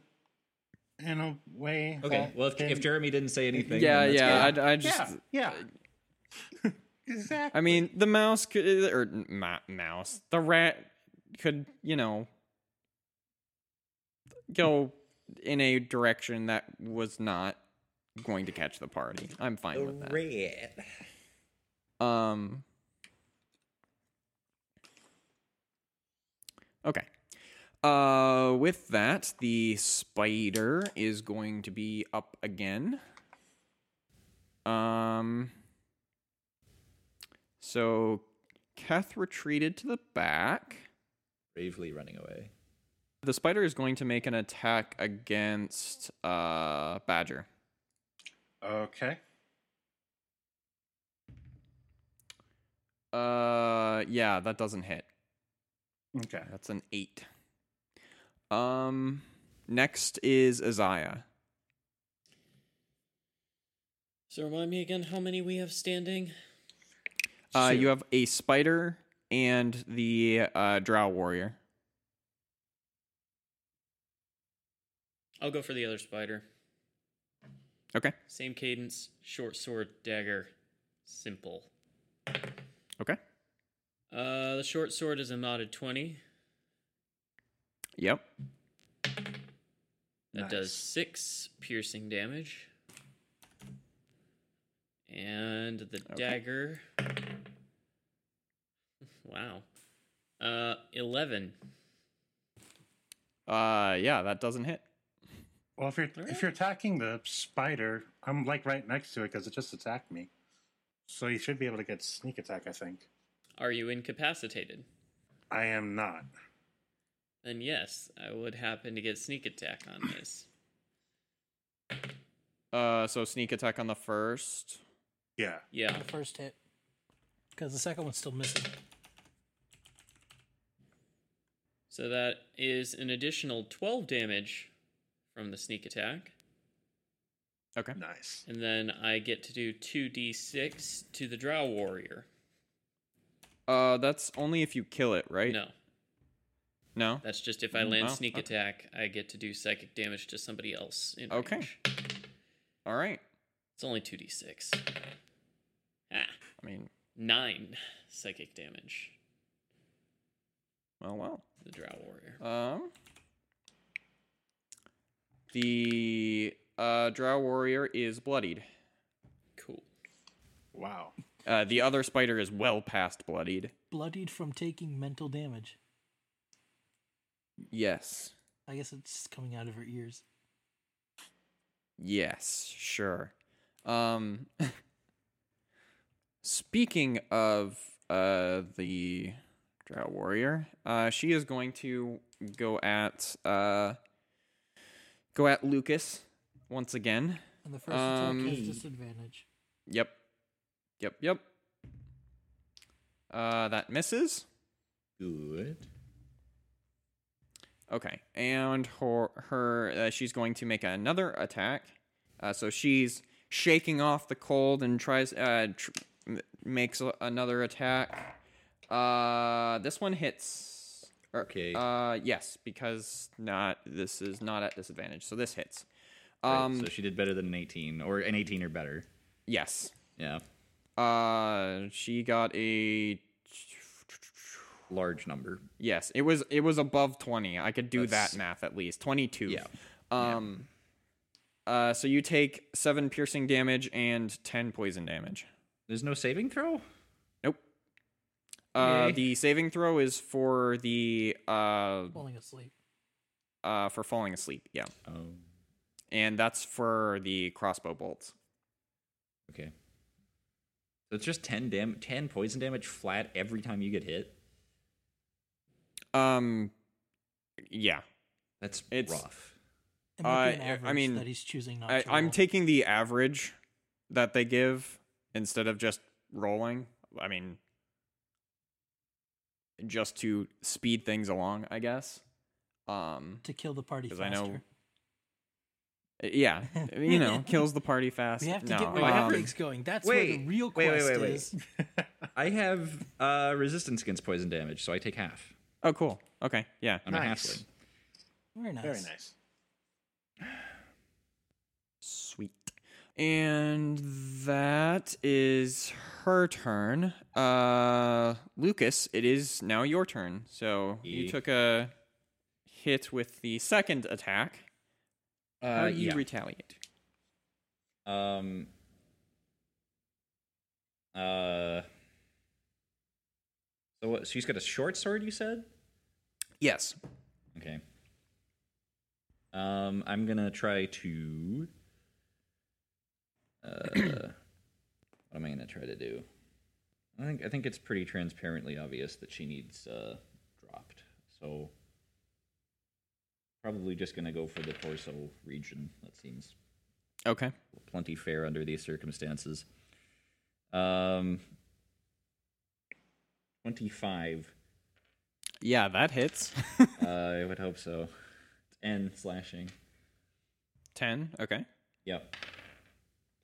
Speaker 2: in a way.
Speaker 7: Okay.
Speaker 2: that
Speaker 7: Well, if, if
Speaker 2: didn't-
Speaker 7: Jeremy didn't say anything,
Speaker 5: yeah,
Speaker 7: then that's
Speaker 5: yeah.
Speaker 7: good.
Speaker 5: I, I just
Speaker 2: yeah,
Speaker 7: [LAUGHS]
Speaker 2: yeah. [LAUGHS]
Speaker 5: [LAUGHS]
Speaker 2: exactly.
Speaker 5: I mean, the mouse could, uh, or n- ma- mouse, the rat could, you know, go in a direction that was not going to catch the party. I'm fine with that.
Speaker 7: Red.
Speaker 5: Um. Okay. Uh, with that, the spider is going to be up again. Um. So, Keth retreated to the back.
Speaker 7: Bravely running away.
Speaker 5: The spider is going to make an attack against uh Badger.
Speaker 2: Okay.
Speaker 5: Uh, yeah, that doesn't hit.
Speaker 2: Okay.
Speaker 5: That's an eight. Um, next is Isaiah.
Speaker 8: So remind me again how many we have standing?
Speaker 5: Uh,
Speaker 2: Shoot.
Speaker 5: you have a spider and the uh, drow warrior.
Speaker 8: I'll go for the other spider.
Speaker 5: Okay.
Speaker 8: Same cadence, short sword, dagger, simple.
Speaker 5: Okay.
Speaker 8: Uh, the short sword is a modded 20.
Speaker 5: Yep.
Speaker 8: That does six piercing damage. And the dagger. Wow. Uh, 11.
Speaker 5: Uh, yeah, that doesn't hit.
Speaker 2: Well, if you're if you're attacking the spider, I'm like right next to it because it just attacked me. So you should be able to get sneak attack. I think
Speaker 8: Are you incapacitated?
Speaker 2: I am not.
Speaker 8: Then yes, I would happen to get sneak attack on this.
Speaker 5: Uh, so sneak attack on the first.
Speaker 2: Yeah.
Speaker 8: Yeah.
Speaker 4: The first hit. Because the second one's still missing.
Speaker 8: So that is an additional 12 damage from the sneak attack.
Speaker 5: Okay.
Speaker 2: Nice.
Speaker 8: And then I get to do 2d6 to the Drow Warrior.
Speaker 5: Uh, that's only if you kill it, right?
Speaker 8: No,
Speaker 5: No.
Speaker 8: that's just if I
Speaker 5: Mm,
Speaker 8: land
Speaker 5: wow,
Speaker 8: sneak
Speaker 5: okay.
Speaker 8: attack, I get to do psychic damage to somebody else. In
Speaker 5: Okay.
Speaker 8: range.
Speaker 5: All right.
Speaker 8: It's only 2d6. Ah,
Speaker 5: I mean,
Speaker 8: nine psychic damage
Speaker 5: well, well.
Speaker 8: to the Drow Warrior.
Speaker 5: Um, the uh, Drow Warrior is bloodied.
Speaker 8: Cool.
Speaker 2: Wow.
Speaker 5: Uh, the other spider is well past bloodied.
Speaker 4: Bloodied from taking mental damage.
Speaker 5: Yes.
Speaker 4: I guess it's coming out of her ears.
Speaker 5: Yes, sure. Um, [LAUGHS] speaking of uh, the Drow Warrior, uh, she is going to go at uh, go at Lucas once again.
Speaker 4: And the first
Speaker 5: Um,
Speaker 4: attack has disadvantage.
Speaker 5: Yep, yep, yep. Uh, that misses.
Speaker 7: Good.
Speaker 5: Okay, and her her uh, she's going to make another attack. Uh, so she's shaking off the cold and tries uh, tr- m- makes a- another attack. Uh, this one hits. or,
Speaker 7: Okay.
Speaker 5: Uh, yes, because not this is not at disadvantage, so this hits.
Speaker 7: Right,
Speaker 5: Um,
Speaker 7: so she did better than an 18 or an 18 or better.
Speaker 5: yes.
Speaker 7: Yeah.
Speaker 5: Uh, she got a
Speaker 7: Large number.
Speaker 5: Yes, it was it was above 20. I could do
Speaker 7: That's-
Speaker 5: that math at least. 22.
Speaker 7: Yeah.
Speaker 5: Um uh so you take 7 piercing damage and 10 poison damage.
Speaker 7: There's no saving throw?
Speaker 5: Nope. Uh
Speaker 7: Yay.
Speaker 5: the saving throw is for the uh
Speaker 4: Falling asleep.
Speaker 5: uh for falling asleep. Yeah.
Speaker 7: Oh.
Speaker 5: And that's for the crossbow bolts.
Speaker 7: Okay. So it's just 10 dam 10 poison damage flat every time you get hit.
Speaker 5: Um yeah.
Speaker 7: That's
Speaker 5: It's-
Speaker 7: rough.
Speaker 4: It
Speaker 5: Uh,
Speaker 4: might be an
Speaker 5: I- I
Speaker 4: average
Speaker 5: mean,
Speaker 4: that he's choosing not
Speaker 5: I,
Speaker 4: to uh,
Speaker 5: I'm
Speaker 4: roll.
Speaker 5: taking the average that they give instead of just rolling. I mean, just to speed things along, I guess. Um,
Speaker 4: to kill the party
Speaker 5: 'Cause
Speaker 4: faster.
Speaker 5: I know- Eh, yeah, you
Speaker 4: [LAUGHS]
Speaker 5: know, kills the party fast.
Speaker 4: We Oh, have to
Speaker 5: no,
Speaker 4: get
Speaker 5: um,
Speaker 4: mechanics going. That's where the
Speaker 7: wait,
Speaker 4: real
Speaker 7: wait,
Speaker 4: quest
Speaker 7: wait, wait, wait.
Speaker 4: is.
Speaker 7: [LAUGHS] I have uh, resistance against poison damage, so I take half.
Speaker 5: oh, cool. Okay, yeah.
Speaker 7: I'm
Speaker 2: Nice.
Speaker 7: a halfling.
Speaker 4: Very nice.
Speaker 2: Very nice.
Speaker 5: Sweet. And that is her turn. Uh Lucas, it is now your turn. So you
Speaker 7: Yeah.
Speaker 5: took a hit with the second attack. How
Speaker 7: Uh,
Speaker 5: do you
Speaker 7: yeah.
Speaker 5: retaliate?
Speaker 7: Um. Uh. So what, she's got a short sword. You said.
Speaker 5: Yes.
Speaker 7: Okay. Um, I'm gonna try to. Uh, what am I gonna try to do? I think I think it's pretty transparently obvious that she needs uh, dropped. So probably just gonna go for the torso region. That seems
Speaker 5: Okay.
Speaker 7: plenty fair under these circumstances. Um, twenty-five.
Speaker 5: Yeah, that hits. [LAUGHS]
Speaker 7: uh, I would hope so. And slashing.
Speaker 5: 10. Okay.
Speaker 7: Yep.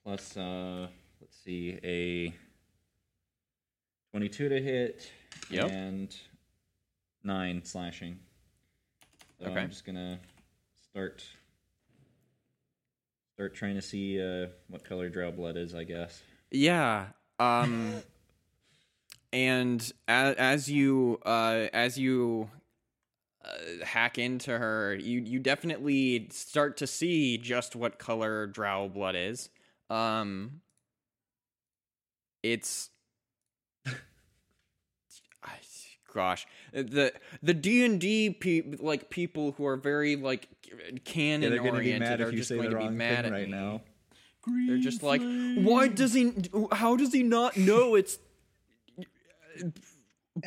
Speaker 7: Plus, uh, let's see, a 22 to hit.
Speaker 5: Yep.
Speaker 7: And 9 slashing. So
Speaker 5: Okay.
Speaker 7: I'm just going to start Start trying to see uh, what color drow blood is, I guess.
Speaker 5: Yeah.
Speaker 7: [LAUGHS]
Speaker 5: Um and as, as you uh as you uh, hack into her, you you definitely start to see just what color drow blood is. Um
Speaker 7: [LAUGHS]
Speaker 5: it's I- gosh the the d&d pe- like people who are very like canon
Speaker 7: they're gonna be
Speaker 5: oriented
Speaker 7: mad
Speaker 5: are
Speaker 7: if you
Speaker 5: just
Speaker 7: say
Speaker 5: going
Speaker 7: the
Speaker 5: to be
Speaker 7: wrong
Speaker 5: mad
Speaker 7: thing
Speaker 5: at
Speaker 7: right
Speaker 5: me.
Speaker 7: now.
Speaker 5: They're just like, why does he? How does he not know it's
Speaker 2: Hey,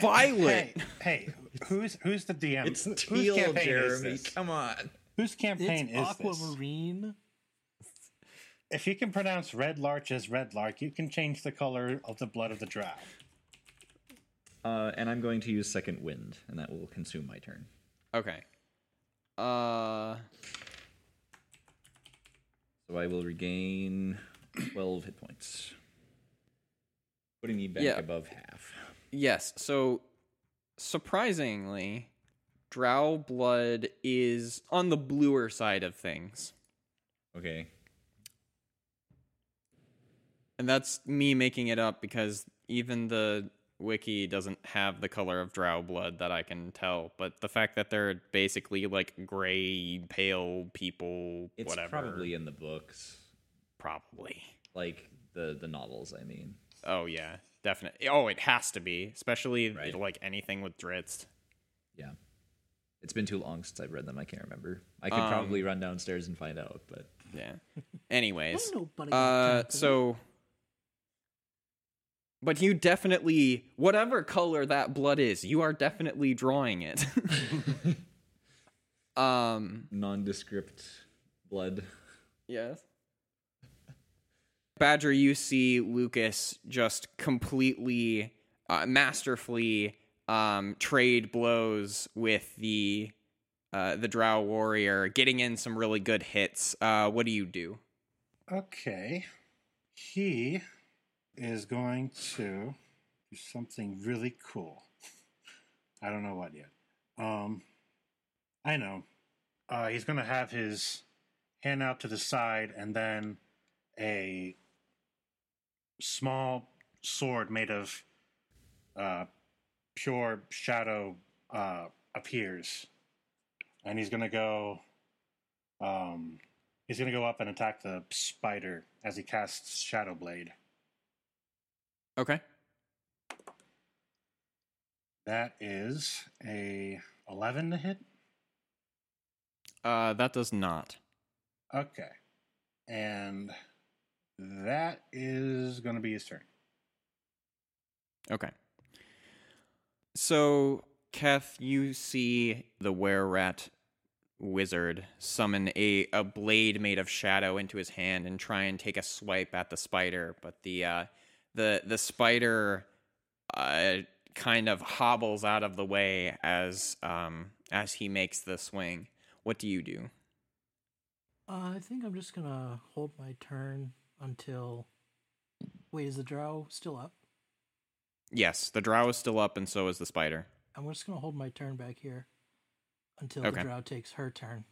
Speaker 5: Violet?
Speaker 2: hey, who's who's the DM?
Speaker 7: It's
Speaker 2: Who-
Speaker 7: teal,
Speaker 2: campaign is
Speaker 7: Jeremy.
Speaker 2: this?
Speaker 7: Come on.
Speaker 2: Whose campaign
Speaker 3: It's
Speaker 2: is this?
Speaker 3: Aquamarine.
Speaker 2: If you can pronounce red larch as red lark, you can change the color of the blood of the drow.
Speaker 7: Uh, and I'm going to use second wind, and that will consume my turn.
Speaker 5: Okay. Uh,
Speaker 7: So I will regain 12 hit points, putting me back
Speaker 5: Yeah.
Speaker 7: above half.
Speaker 5: yes. So, surprisingly, Drow blood is on the bluer side of things,
Speaker 7: Okay.
Speaker 5: and that's me making it up because even the wiki doesn't have the color of Drow blood that I can tell. But the fact that they're basically like gray, pale people,
Speaker 7: It's
Speaker 5: whatever,
Speaker 7: probably in the books,
Speaker 5: probably.
Speaker 7: like the, the novels, I mean.
Speaker 5: Oh yeah, definitely. Oh, it has to be, especially
Speaker 7: Right.
Speaker 5: like anything with Dritz.
Speaker 7: Yeah. It's been too long since I've read them. I can't remember. I could probably run downstairs and find out, but
Speaker 5: Yeah. [LAUGHS] Anyways,
Speaker 3: Nobody
Speaker 5: uh, so. But you definitely, whatever color that blood is, you are definitely drawing it. [LAUGHS] um.
Speaker 7: nondescript blood.
Speaker 5: Yes. Badger, you see Lucas just completely, uh, masterfully um, trade blows with the uh, the Drow warrior, getting in some really good hits. Uh, what do you do?
Speaker 2: Okay. He is going to do something really cool. [LAUGHS] I don't know what yet. Um I know. Uh he's gonna have his hand out to the side and then a small sword made of uh pure shadow uh appears. And he's gonna go um He's gonna go up and attack the spider as he casts Shadow Blade.
Speaker 5: Okay.
Speaker 2: That is a eleven to hit.
Speaker 5: Uh, that does not.
Speaker 2: Okay, and that is gonna be his turn.
Speaker 5: Okay. So, Keth, you see the were rat wizard summon a, a blade made of shadow into his hand and try and take a swipe at the spider, but the uh, the the spider uh, kind of hobbles out of the way as um, as he makes the swing. What do you do?
Speaker 3: Uh, I think I'm just gonna hold my turn until. Wait, is the drow still up?
Speaker 5: Yes, the drow is still up, and so is the spider.
Speaker 3: I'm just gonna hold my turn back here until
Speaker 5: Okay.
Speaker 3: the drow takes her turn.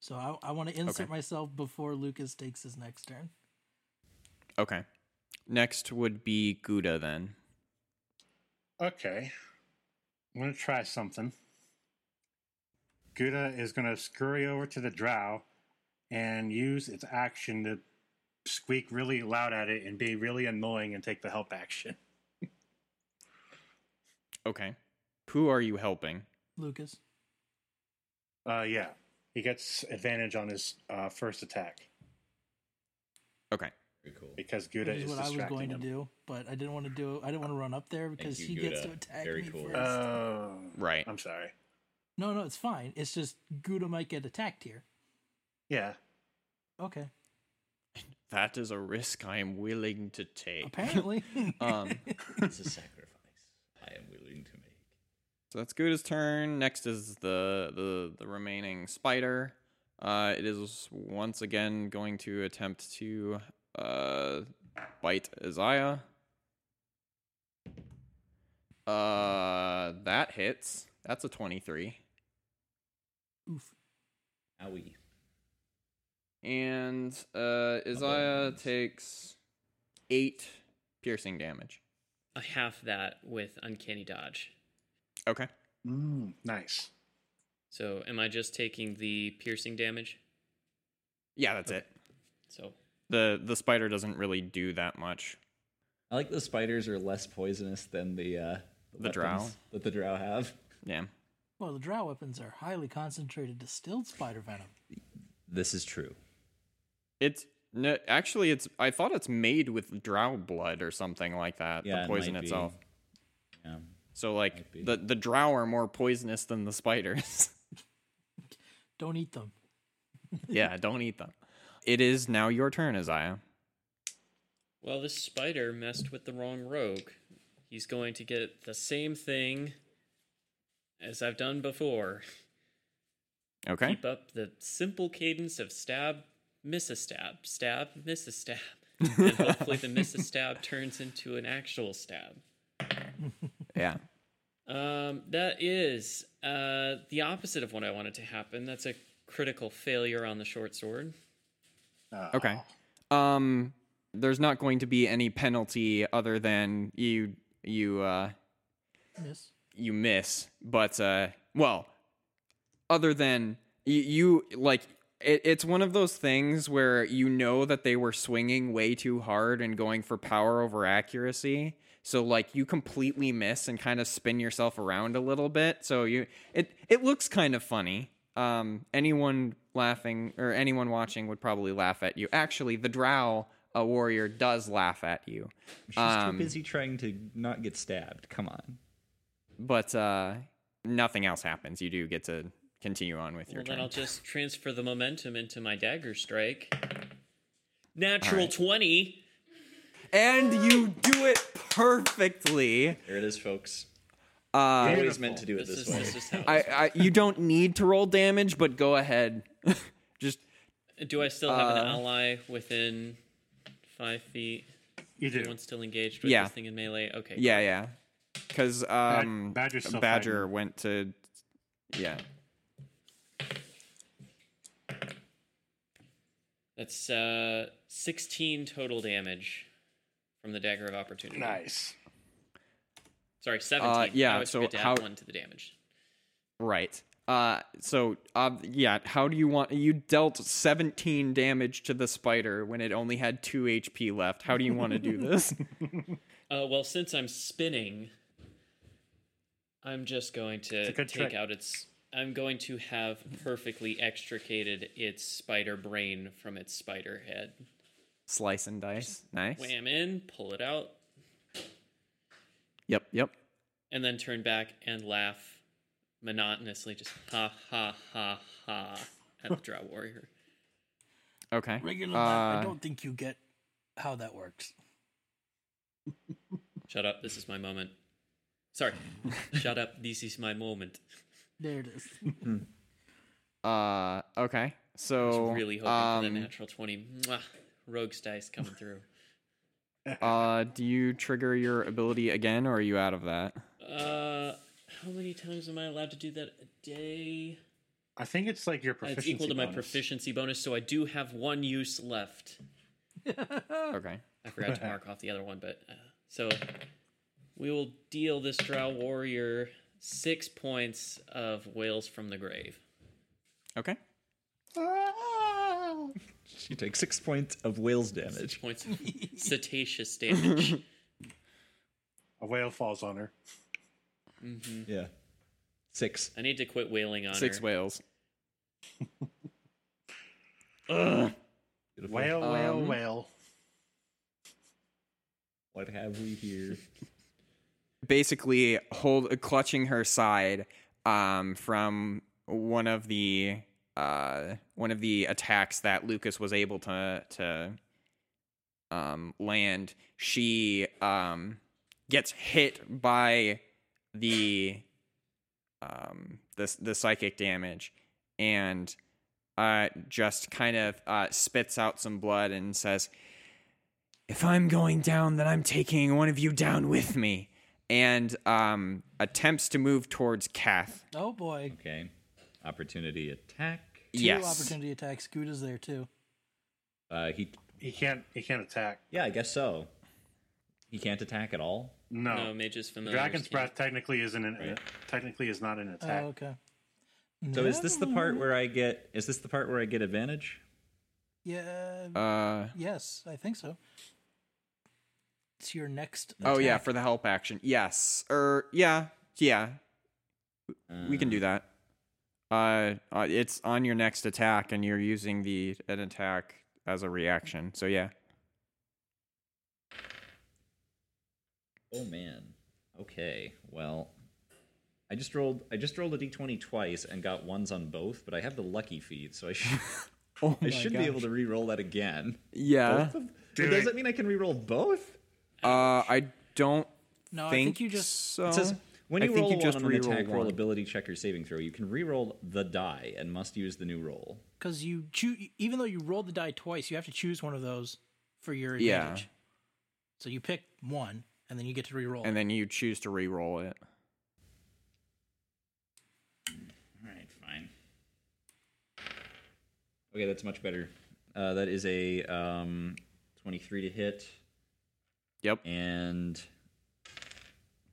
Speaker 3: So I, I want to insert
Speaker 5: Okay.
Speaker 3: myself before Lucas takes his next turn.
Speaker 5: Okay. Next would be Gouda then.
Speaker 2: Okay, I'm gonna try something. Gouda is gonna scurry over to the drow and use its action to squeak really loud at it and be really annoying and take the help action.
Speaker 5: Okay. Who are you helping?
Speaker 3: Lucas,
Speaker 2: Uh, yeah, he gets advantage on his uh, first attack.
Speaker 5: Okay.
Speaker 7: Very cool.
Speaker 2: because
Speaker 3: which
Speaker 2: Gouda is,
Speaker 3: is what I was
Speaker 2: distracting
Speaker 3: going to
Speaker 2: him.
Speaker 3: do, but I didn't want to do. I didn't want to run up there because
Speaker 7: you,
Speaker 3: he gets
Speaker 7: Gouda.
Speaker 3: to attack
Speaker 7: Very
Speaker 3: me
Speaker 7: cool.
Speaker 3: first.
Speaker 2: Oh,
Speaker 5: Right.
Speaker 2: I'm sorry.
Speaker 3: no, no, it's fine. It's just Gouda might get attacked here.
Speaker 2: Yeah.
Speaker 3: Okay,
Speaker 5: That is a risk I am willing to take.
Speaker 3: apparently.
Speaker 5: [LAUGHS] Um,
Speaker 7: it's a sacrifice I am willing to make.
Speaker 5: so that's Gouda's turn. Next is the the the remaining spider. Uh, it is once again going to attempt to uh, bite Isaiah. Uh, that hits. That's a twenty-three.
Speaker 3: Oof.
Speaker 7: Owie.
Speaker 5: And uh, Isaiah takes eight piercing damage.
Speaker 8: I have that with Uncanny Dodge.
Speaker 5: Okay.
Speaker 2: Mm, nice.
Speaker 8: So am I just taking the piercing damage?
Speaker 5: Yeah, that's it.
Speaker 8: So
Speaker 5: The the spider doesn't really do that much.
Speaker 7: I like the spiders are less poisonous than the uh,
Speaker 5: The drow?
Speaker 7: weapons that the drow have.
Speaker 5: Yeah.
Speaker 3: Well, the drow weapons are highly concentrated distilled spider venom.
Speaker 7: This is true.
Speaker 5: It's no, actually it's I thought it's made with drow blood or something like that.
Speaker 7: Yeah, it
Speaker 5: the
Speaker 7: might
Speaker 5: poison
Speaker 7: be.
Speaker 5: itself.
Speaker 7: Yeah.
Speaker 5: So
Speaker 7: Might
Speaker 5: like
Speaker 7: be.
Speaker 5: the the drow are more poisonous than the spiders. [LAUGHS]
Speaker 3: Don't eat them.
Speaker 7: [LAUGHS]
Speaker 5: yeah, don't eat them. It is now your turn, Isaiah.
Speaker 8: Well, this spider messed with the wrong rogue. He's going to get the same thing as I've done before.
Speaker 7: [LAUGHS]
Speaker 5: Okay.
Speaker 8: Keep up the simple cadence of stab, miss a stab, stab, miss
Speaker 5: [LAUGHS]
Speaker 8: a stab. and hopefully the miss a stab turns into an actual stab.
Speaker 5: Yeah.
Speaker 8: Um, that is uh, the opposite of what I wanted to happen. That's a critical failure on the short sword.
Speaker 2: Uh,
Speaker 5: Okay. Um there's not going to be any penalty other than you you uh
Speaker 3: Miss.
Speaker 5: you miss, but uh, well, other than you, you like it, it's one of those things where you know that they were swinging way too hard and going for power over accuracy. So like you completely miss and kind of spin yourself around a little bit. So you it it looks kind of funny. Um, anyone laughing or anyone watching would probably laugh at you. Actually, the Drow, a warrior, does laugh at you.
Speaker 7: She's
Speaker 5: Um,
Speaker 7: too busy trying to not get stabbed. Come on.
Speaker 5: but uh nothing else happens you do get to continue on with your
Speaker 8: Well,
Speaker 5: turn
Speaker 8: then I'll just transfer the momentum into my dagger strike. Natural 20.
Speaker 5: and you do it perfectly
Speaker 7: There it is, folks.
Speaker 5: uh
Speaker 7: Always meant to do it
Speaker 8: This,
Speaker 7: this,
Speaker 8: is,
Speaker 7: way.
Speaker 8: this is how.
Speaker 5: I, I you don't need to roll damage but go ahead [LAUGHS] just
Speaker 8: Do I still have
Speaker 5: uh,
Speaker 8: an ally within five feet?
Speaker 2: You do.
Speaker 8: Someone still engaged with
Speaker 5: Yeah.
Speaker 8: this thing in melee? Okay.
Speaker 5: yeah yeah because um
Speaker 2: Badger's still
Speaker 5: badger went to yeah
Speaker 8: That's uh, 16 total damage from the dagger of opportunity.
Speaker 2: Nice.
Speaker 8: Sorry, 17.
Speaker 5: Uh, yeah,
Speaker 8: I always
Speaker 5: so
Speaker 8: forget to
Speaker 5: how-
Speaker 8: add one to the damage.
Speaker 5: right uh so uh yeah how do you want you dealt 17 damage to the spider when it only had 2 hp left how do you want to
Speaker 8: [LAUGHS]
Speaker 5: do this
Speaker 8: Uh, well, since I'm spinning, I'm just going to
Speaker 2: a
Speaker 8: take
Speaker 2: good trick.
Speaker 8: out its. I'm going to have perfectly extricated its spider brain from its spider head.
Speaker 5: slice and dice nice
Speaker 8: Wham in, pull it out,
Speaker 5: Yep, yep.
Speaker 8: and then turn back and laugh monotonously, just ha ha ha ha at the Drow Warrior.
Speaker 5: Okay.
Speaker 3: Regular laugh. I
Speaker 5: Uh,
Speaker 3: don't think you get how that works.
Speaker 8: Shut up, this is my moment.
Speaker 5: [LAUGHS]
Speaker 8: Sorry. Shut up, this is my moment.
Speaker 3: There it
Speaker 4: [LAUGHS]
Speaker 3: is.
Speaker 5: uh, okay. So
Speaker 8: I was really hoping for
Speaker 5: um,
Speaker 8: the natural 20. Mwah. Rogue's dice coming through.
Speaker 5: uh, do you trigger your ability again, or are you out of that?
Speaker 8: Uh, how many times am I allowed to do that a day?
Speaker 2: I think it's like your
Speaker 8: Uh, It's
Speaker 2: proficiency.
Speaker 8: equal to my
Speaker 2: bonus.
Speaker 8: proficiency bonus, so I do have one use left. Uh,
Speaker 5: Okay.
Speaker 8: I forgot
Speaker 5: [LAUGHS]
Speaker 8: to mark off the other one, but uh, so we will deal this Drow Warrior six points of Whales from the Grave.
Speaker 5: Okay.
Speaker 7: She takes six points of whale's
Speaker 8: Six
Speaker 7: damage.
Speaker 8: points
Speaker 5: [LAUGHS]
Speaker 8: of cetaceous damage.
Speaker 2: A whale falls on her.
Speaker 7: Yeah. Six.
Speaker 8: I need to quit wailing on
Speaker 5: Six
Speaker 8: her.
Speaker 5: whales.
Speaker 7: Beautiful.
Speaker 2: Whale, whale,
Speaker 5: Um,
Speaker 2: whale.
Speaker 7: What have we here?
Speaker 5: Basically, hold clutching her side um, from one of the uh, one of the attacks that Lucas was able to to um, land. She um, gets hit by the um the the psychic damage and uh just kind of uh spits out some blood and says if i'm going down then i'm taking one of you down with me and um attempts to move towards kath
Speaker 3: Oh boy.
Speaker 7: Okay. Opportunity attack.
Speaker 3: Two
Speaker 5: yes
Speaker 3: opportunity attacks. Gouda's there too.
Speaker 7: Uh, he,
Speaker 2: He can't. He can't attack.
Speaker 7: yeah, I guess so. He can't attack at all.
Speaker 2: No.
Speaker 8: No, mages familiar.
Speaker 2: Dragon's breath technically isn't an. Technically is not an
Speaker 3: Uh,
Speaker 2: attack.
Speaker 4: Oh, okay.
Speaker 7: So is this the part where I get? Is this the part where I get advantage?
Speaker 4: Yeah.
Speaker 5: Uh,
Speaker 4: yes, I think so. It's your next.
Speaker 5: oh yeah,
Speaker 4: attack.
Speaker 5: for the help action. Yes. Or yeah, yeah. We
Speaker 7: Mm.
Speaker 5: can do that. Uh, uh, it's on your next attack, and you're using the an attack as a reaction. So yeah.
Speaker 7: Oh man. Okay. Well, I just rolled. I just rolled a d20 twice and got ones on both, but I have the lucky feat, so I should.
Speaker 5: [LAUGHS] Oh
Speaker 7: I should be able to re-roll that again.
Speaker 5: Yeah.
Speaker 7: Both of-
Speaker 2: Do
Speaker 7: does
Speaker 2: it.
Speaker 7: that mean I can re-roll both?
Speaker 5: Uh, I don't.
Speaker 4: No, I
Speaker 5: think,
Speaker 4: think you just.
Speaker 5: so.
Speaker 7: It says when
Speaker 5: I
Speaker 7: you
Speaker 5: think
Speaker 7: roll
Speaker 5: you
Speaker 7: a
Speaker 5: just
Speaker 7: one on an
Speaker 5: re-roll
Speaker 7: attack roll
Speaker 5: one.
Speaker 7: ability check or saving throw, you can re-roll the die and must use the new roll.
Speaker 4: Because you choose, even though you rolled the die twice, you have to choose one of those for your
Speaker 5: Yeah.
Speaker 4: advantage. So you pick one, and then you get to re-roll.
Speaker 5: and then you choose to re-roll it.
Speaker 7: All right, fine. Okay, that's much better. Uh, that is a um, 23 to hit,
Speaker 5: Yep.
Speaker 7: and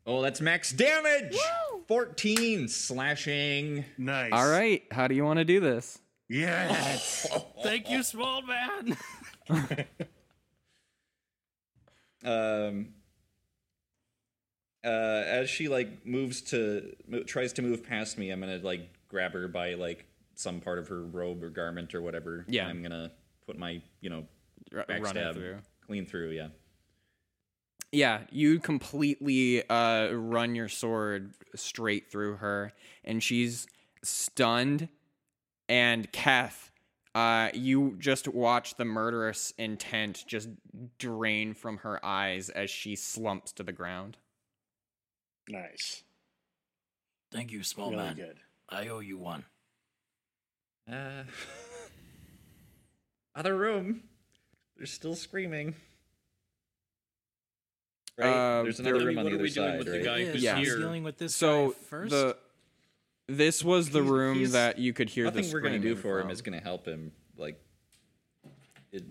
Speaker 7: oh, that's max damage. 14 slashing.
Speaker 2: Nice.
Speaker 5: All right. How do you want to do this?
Speaker 8: [LAUGHS]
Speaker 2: Yes.
Speaker 4: Thank you, small man.
Speaker 7: um uh as she like moves to mo- tries to move past me i'm gonna like grab her by like some part of her robe or garment or whatever
Speaker 5: Yeah.
Speaker 7: and i'm gonna put my you know
Speaker 5: R- run it
Speaker 7: backstab
Speaker 5: through.
Speaker 7: clean through yeah
Speaker 5: Yeah, you completely uh, run your sword straight through her, and she's stunned. And Kath, uh, you just watch the murderous intent just drain from her eyes as she slumps to the ground.
Speaker 2: nice.
Speaker 4: [LAUGHS] Thank you,
Speaker 8: Oh,
Speaker 4: small
Speaker 2: really
Speaker 4: man.
Speaker 2: good.
Speaker 4: I owe you one.
Speaker 7: uh [LAUGHS] other room they're still screaming right
Speaker 5: Uh,
Speaker 7: there's
Speaker 5: there-
Speaker 7: another room on the
Speaker 8: Um, What are
Speaker 7: other
Speaker 8: we doing
Speaker 7: side
Speaker 8: with the
Speaker 7: right?
Speaker 8: guy who's
Speaker 5: Yeah.
Speaker 4: He's
Speaker 8: here?
Speaker 4: dealing with this
Speaker 5: so
Speaker 4: guy first.
Speaker 5: the this was the
Speaker 7: He's-
Speaker 5: room
Speaker 7: he's-
Speaker 5: that you could hear the
Speaker 7: nothing we're gonna do
Speaker 5: screaming
Speaker 7: for him
Speaker 5: from.
Speaker 7: is gonna help him like it,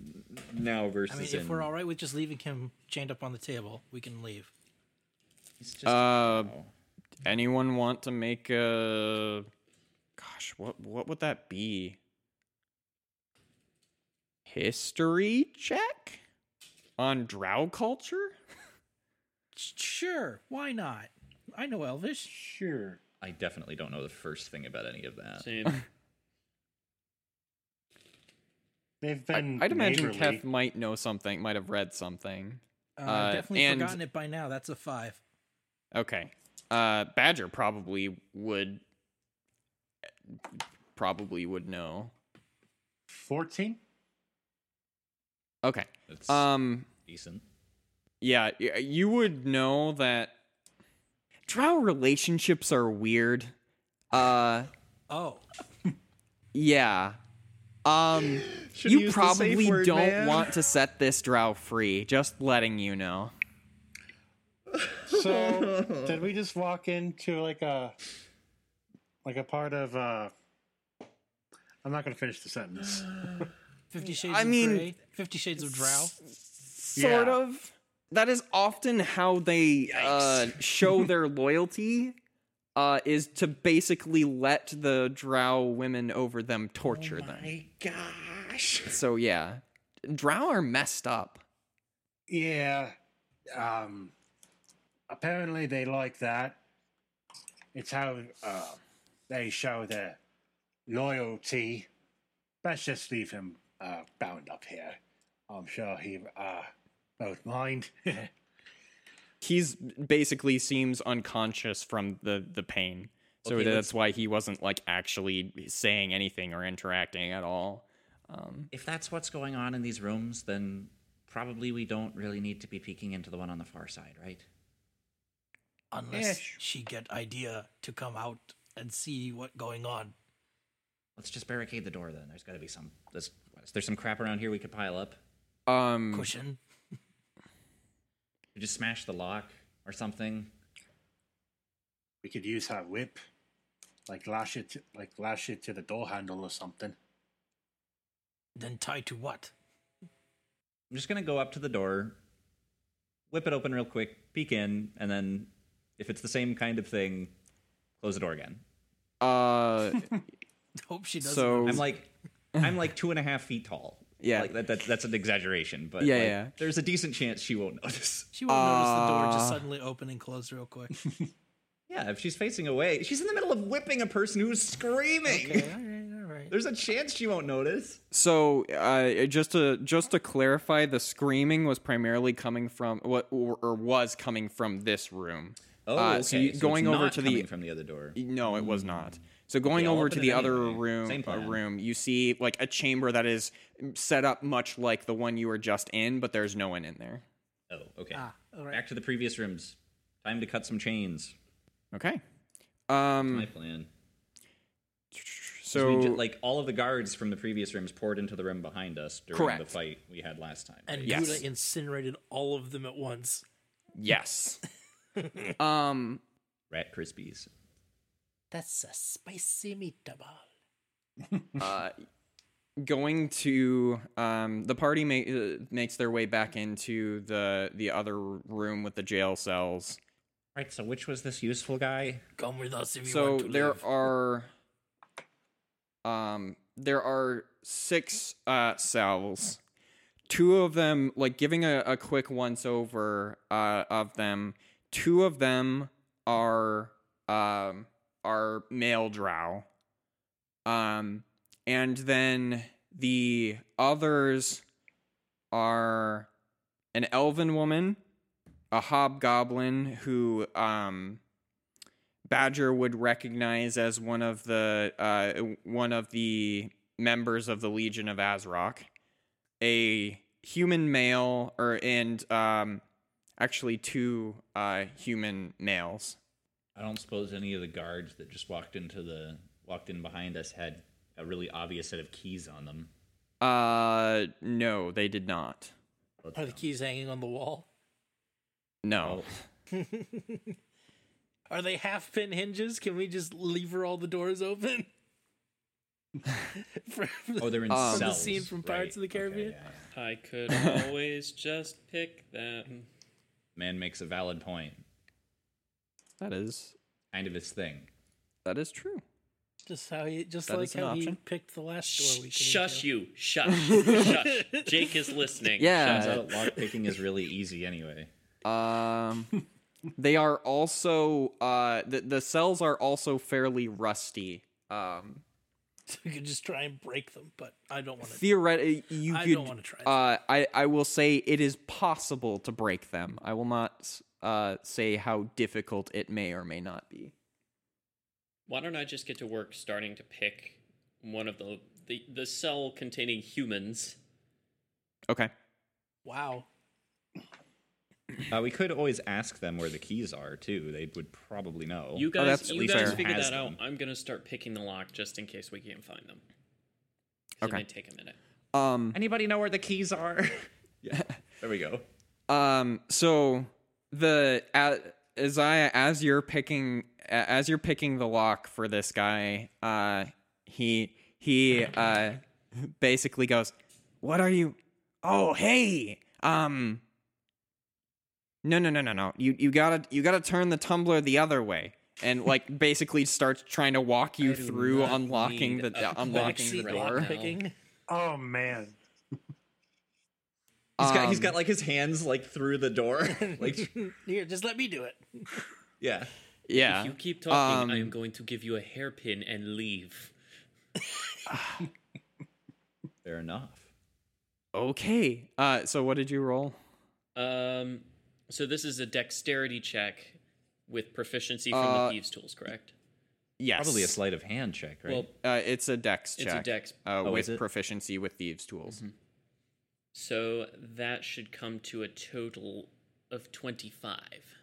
Speaker 7: now versus
Speaker 4: I mean,
Speaker 7: in-
Speaker 4: if we're all right with just leaving him chained up on the table, we can leave.
Speaker 7: He's just-
Speaker 5: Uh,
Speaker 7: wow.
Speaker 5: Anyone want to make a gosh, what what would that be? History check on drow culture?
Speaker 4: Sure, why not? I know Elvish.
Speaker 2: Sure.
Speaker 7: I definitely don't know the first thing about any of that.
Speaker 8: Same.
Speaker 2: They've
Speaker 5: I,
Speaker 2: been.
Speaker 5: would imagine
Speaker 2: neighborly.
Speaker 5: Keth might know something, might have read something.
Speaker 4: Uh,
Speaker 5: Uh,
Speaker 4: I've definitely
Speaker 5: and-
Speaker 4: forgotten it by now. That's a five.
Speaker 5: Okay. Uh Badger probably would probably would know.
Speaker 2: Fourteen.
Speaker 5: Okay.
Speaker 7: That's
Speaker 5: Um
Speaker 7: decent.
Speaker 5: Yeah, y- you would know that drow relationships are weird. Uh
Speaker 4: Oh,
Speaker 5: yeah. [GASPS] Um you probably don't want to set this drow free, just letting you know. [LAUGHS]
Speaker 2: So did we just walk into like a like a part of uh I'm not gonna finish the sentence.
Speaker 4: Fifty Shades
Speaker 5: I
Speaker 4: of
Speaker 5: mean-
Speaker 4: Grey, Fifty Shades of Drow.
Speaker 5: Sort
Speaker 2: Yeah.
Speaker 5: of. That is often how they uh, [LAUGHS] show their loyalty. Uh, is to basically let the drow women over them torture them. [GASPS] My gosh. So yeah, drow are messed up.
Speaker 2: Yeah. Um apparently they like that. It's how uh they show their loyalty. Let's just leave him uh bound up here. I'm sure he uh won't mind. [LAUGHS]
Speaker 5: he's basically seems unconscious from the the pain so
Speaker 7: Okay,
Speaker 5: that's why he wasn't like actually saying anything or interacting at all um
Speaker 7: If that's what's going on in these rooms, then probably we don't really need to be peeking into the one on the far side, right?
Speaker 4: Unless
Speaker 2: Yeah, sure.
Speaker 4: she get idea to come out and see what going on.
Speaker 7: Let's just barricade the door then. There's got to be some. There's, there's some crap around here we could pile up.
Speaker 5: um
Speaker 4: Cushion.
Speaker 7: We just smash the lock or something.
Speaker 2: We could use her whip, like lash it, to, like lash it to the door handle or something.
Speaker 4: Then tie to what? [LAUGHS]
Speaker 7: I'm just gonna go up to the door, whip it open real quick, peek in, and then if it's the same kind of thing, close the door again. [LAUGHS]
Speaker 5: Uh,
Speaker 4: Hope she doesn't.
Speaker 5: so
Speaker 7: I'm like, I'm like two and a half feet tall.
Speaker 5: [LAUGHS] Yeah.
Speaker 7: like that, that that's an exaggeration, but
Speaker 5: Yeah,
Speaker 7: like,
Speaker 5: yeah.
Speaker 7: there's a decent chance she won't [LAUGHS] notice.
Speaker 4: she won't notice the door
Speaker 5: uh,
Speaker 4: just suddenly open and close real quick.
Speaker 5: [LAUGHS]
Speaker 7: Yeah, if she's facing away, she's in the middle of whipping a person who's screaming.
Speaker 4: Okay, all right, all right.
Speaker 7: There's a chance she won't notice.
Speaker 5: so uh, just to just to clarify, the screaming was primarily coming from what or, or was coming from this room.
Speaker 7: Oh,
Speaker 5: Uh,
Speaker 7: okay.
Speaker 5: so you- going
Speaker 7: it's
Speaker 5: over
Speaker 7: not
Speaker 5: to the- E-
Speaker 7: coming from Mm. the other door.
Speaker 5: No, it was not. So going
Speaker 7: I'll
Speaker 5: over
Speaker 7: open
Speaker 5: to
Speaker 7: it
Speaker 5: the other
Speaker 7: anyway. Same
Speaker 5: room, uh,
Speaker 7: plan.
Speaker 5: room, you see like a chamber that is set up much like the one you were just in, but there's no one in there.
Speaker 7: Oh, okay.
Speaker 4: Ah, all right.
Speaker 7: Back to the previous rooms. Time to cut some chains.
Speaker 5: Okay. Um.
Speaker 7: My plan. So
Speaker 5: So
Speaker 7: we ju- like all of the guards from the previous rooms poured into the room behind us during the
Speaker 5: Correct.
Speaker 7: fight we had last time.
Speaker 4: And
Speaker 5: Yes.
Speaker 4: Gouda incinerated all of them at once.
Speaker 7: [LAUGHS]
Speaker 5: yes. um.
Speaker 7: Rat Krispies.
Speaker 4: That's a spicy meatball.
Speaker 5: uh, going to um, the party ma- uh, makes their way back into the the other room with the jail cells.
Speaker 7: Right. So which was this useful guy?
Speaker 4: Come with us if you
Speaker 5: so
Speaker 4: want to
Speaker 5: there
Speaker 4: live.
Speaker 5: are um there are six uh cells two of them like giving a, a quick once over uh of them two of them are um are male drow um and then the others are an elven woman a hobgoblin who um Badger would recognize as one of the uh, one of the members of the Legion of Azrock, a human male, or and um, actually two uh, human males.
Speaker 7: I don't suppose any of the guards that just walked into the walked in behind us had a really obvious set of keys on them.
Speaker 5: Uh, no, they did not.
Speaker 4: Are the keys hanging on the wall?
Speaker 5: No,
Speaker 4: Are they half pin hinges? Can we just lever all the
Speaker 5: [LAUGHS]
Speaker 4: doors open? from [LAUGHS] the,
Speaker 7: Oh, they're in
Speaker 5: Um,
Speaker 7: cells.
Speaker 5: From
Speaker 4: the scene from Pirates of the
Speaker 7: right. Okay,
Speaker 4: Caribbean?
Speaker 7: yeah, yeah.
Speaker 8: I
Speaker 5: [LAUGHS]
Speaker 8: could always just pick them.
Speaker 7: Man makes a valid point.
Speaker 5: that is
Speaker 7: Kind of his thing.
Speaker 5: that is true.
Speaker 4: just how he, just
Speaker 5: That
Speaker 4: like
Speaker 5: is an
Speaker 4: how he
Speaker 5: option.
Speaker 4: picked the last door. We came
Speaker 8: Shush
Speaker 4: to.
Speaker 8: you.
Speaker 5: [LAUGHS]
Speaker 8: Shush. Shush. Jake is listening.
Speaker 5: Yeah.
Speaker 7: Turns out lockpicking is really easy anyway.
Speaker 5: Um, they are also uh the the cells are also fairly rusty. Um,
Speaker 4: So [LAUGHS] we could just try and break them, but I don't want to.
Speaker 5: theoretically you
Speaker 4: I
Speaker 5: could
Speaker 4: don't wanna try
Speaker 5: uh I I will say it is possible to break them. I will not uh say how difficult it may or may not be.
Speaker 8: Why don't I just get to work starting to pick one of the the, the cell containing humans?
Speaker 5: Okay.
Speaker 4: wow.
Speaker 7: Uh, we could always ask them where the keys are too. They would probably know.
Speaker 8: You
Speaker 5: Oh,
Speaker 8: guys,
Speaker 5: that's
Speaker 8: you
Speaker 5: at least
Speaker 8: guys
Speaker 5: fair.
Speaker 8: figure
Speaker 7: Has
Speaker 8: that out.
Speaker 7: them.
Speaker 8: I'm gonna start picking the lock just in case we can't find them. 'Cause
Speaker 5: Okay.
Speaker 8: It may take a minute.
Speaker 5: Um
Speaker 7: Anybody know where the keys are? [LAUGHS] yeah. There we go.
Speaker 5: um so the uh, Isaiah as you're picking a- as you're picking the lock for this guy, uh he he uh basically goes, "What are you Oh, hey. Um No, no, no, no, no. You you got to you got to turn the tumbler the other way." And like [LAUGHS] basically starts trying to walk you
Speaker 8: I do
Speaker 5: through
Speaker 8: not
Speaker 5: unlocking
Speaker 8: need
Speaker 5: the
Speaker 8: a
Speaker 5: unlocking the
Speaker 4: Backseat
Speaker 8: right
Speaker 4: lock
Speaker 5: door.
Speaker 8: now.
Speaker 4: picking.
Speaker 2: Oh man,
Speaker 7: He's got he's
Speaker 5: Um,
Speaker 7: got like his hands like through the
Speaker 5: [LAUGHS]
Speaker 7: door. like
Speaker 4: Here, just let me do it.
Speaker 7: yeah.
Speaker 5: Yeah.
Speaker 8: If you keep talking,
Speaker 5: Um,
Speaker 8: I am going to give you a hairpin and leave.
Speaker 7: Fair enough.
Speaker 5: Okay. Uh so what did you roll?
Speaker 8: Um, so this is a dexterity check with proficiency from
Speaker 5: Uh,
Speaker 8: the thieves' tools, correct?
Speaker 5: Yes.
Speaker 7: Probably a sleight of hand check, right?
Speaker 8: Well,
Speaker 5: Uh, it's a dex
Speaker 8: It's a
Speaker 5: check.
Speaker 8: dex.
Speaker 5: Uh,
Speaker 7: Oh, is
Speaker 5: with
Speaker 7: it?
Speaker 5: proficiency with thieves' tools.
Speaker 8: so that should come to a total of twenty-five.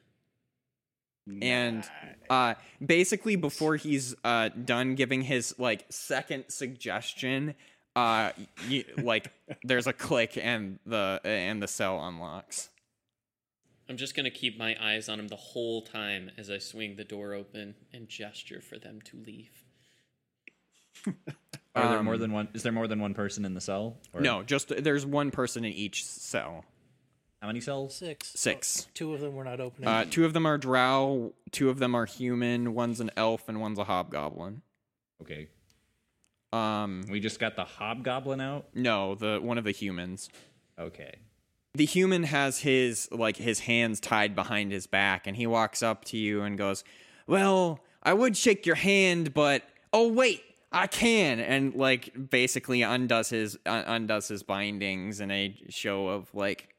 Speaker 5: And uh, basically, before he's uh, done giving his like second suggestion, uh, y like there's a click and the and the cell unlocks.
Speaker 8: I'm just gonna keep my eyes on him the whole time as I swing the door open and gesture for them to leave.
Speaker 7: Are there more
Speaker 5: Um,
Speaker 7: than one? Is there more than one person in the cell? Or
Speaker 5: No, just there's one person in each cell.
Speaker 7: How many cells?
Speaker 3: Six. Oh,
Speaker 5: Six.
Speaker 3: two of them were not opening.
Speaker 5: Uh, two of them are drow, two of them are human, one's an elf, and one's a hobgoblin.
Speaker 7: Okay.
Speaker 5: Um,
Speaker 7: We just got the hobgoblin out.
Speaker 5: no, the one of the humans.
Speaker 7: Okay.
Speaker 5: The human has his like his hands tied behind his back, and he walks up to you and goes, "Well, I would shake your hand, but oh wait, I can." And like basically undoes his un- undoes his bindings in a show of like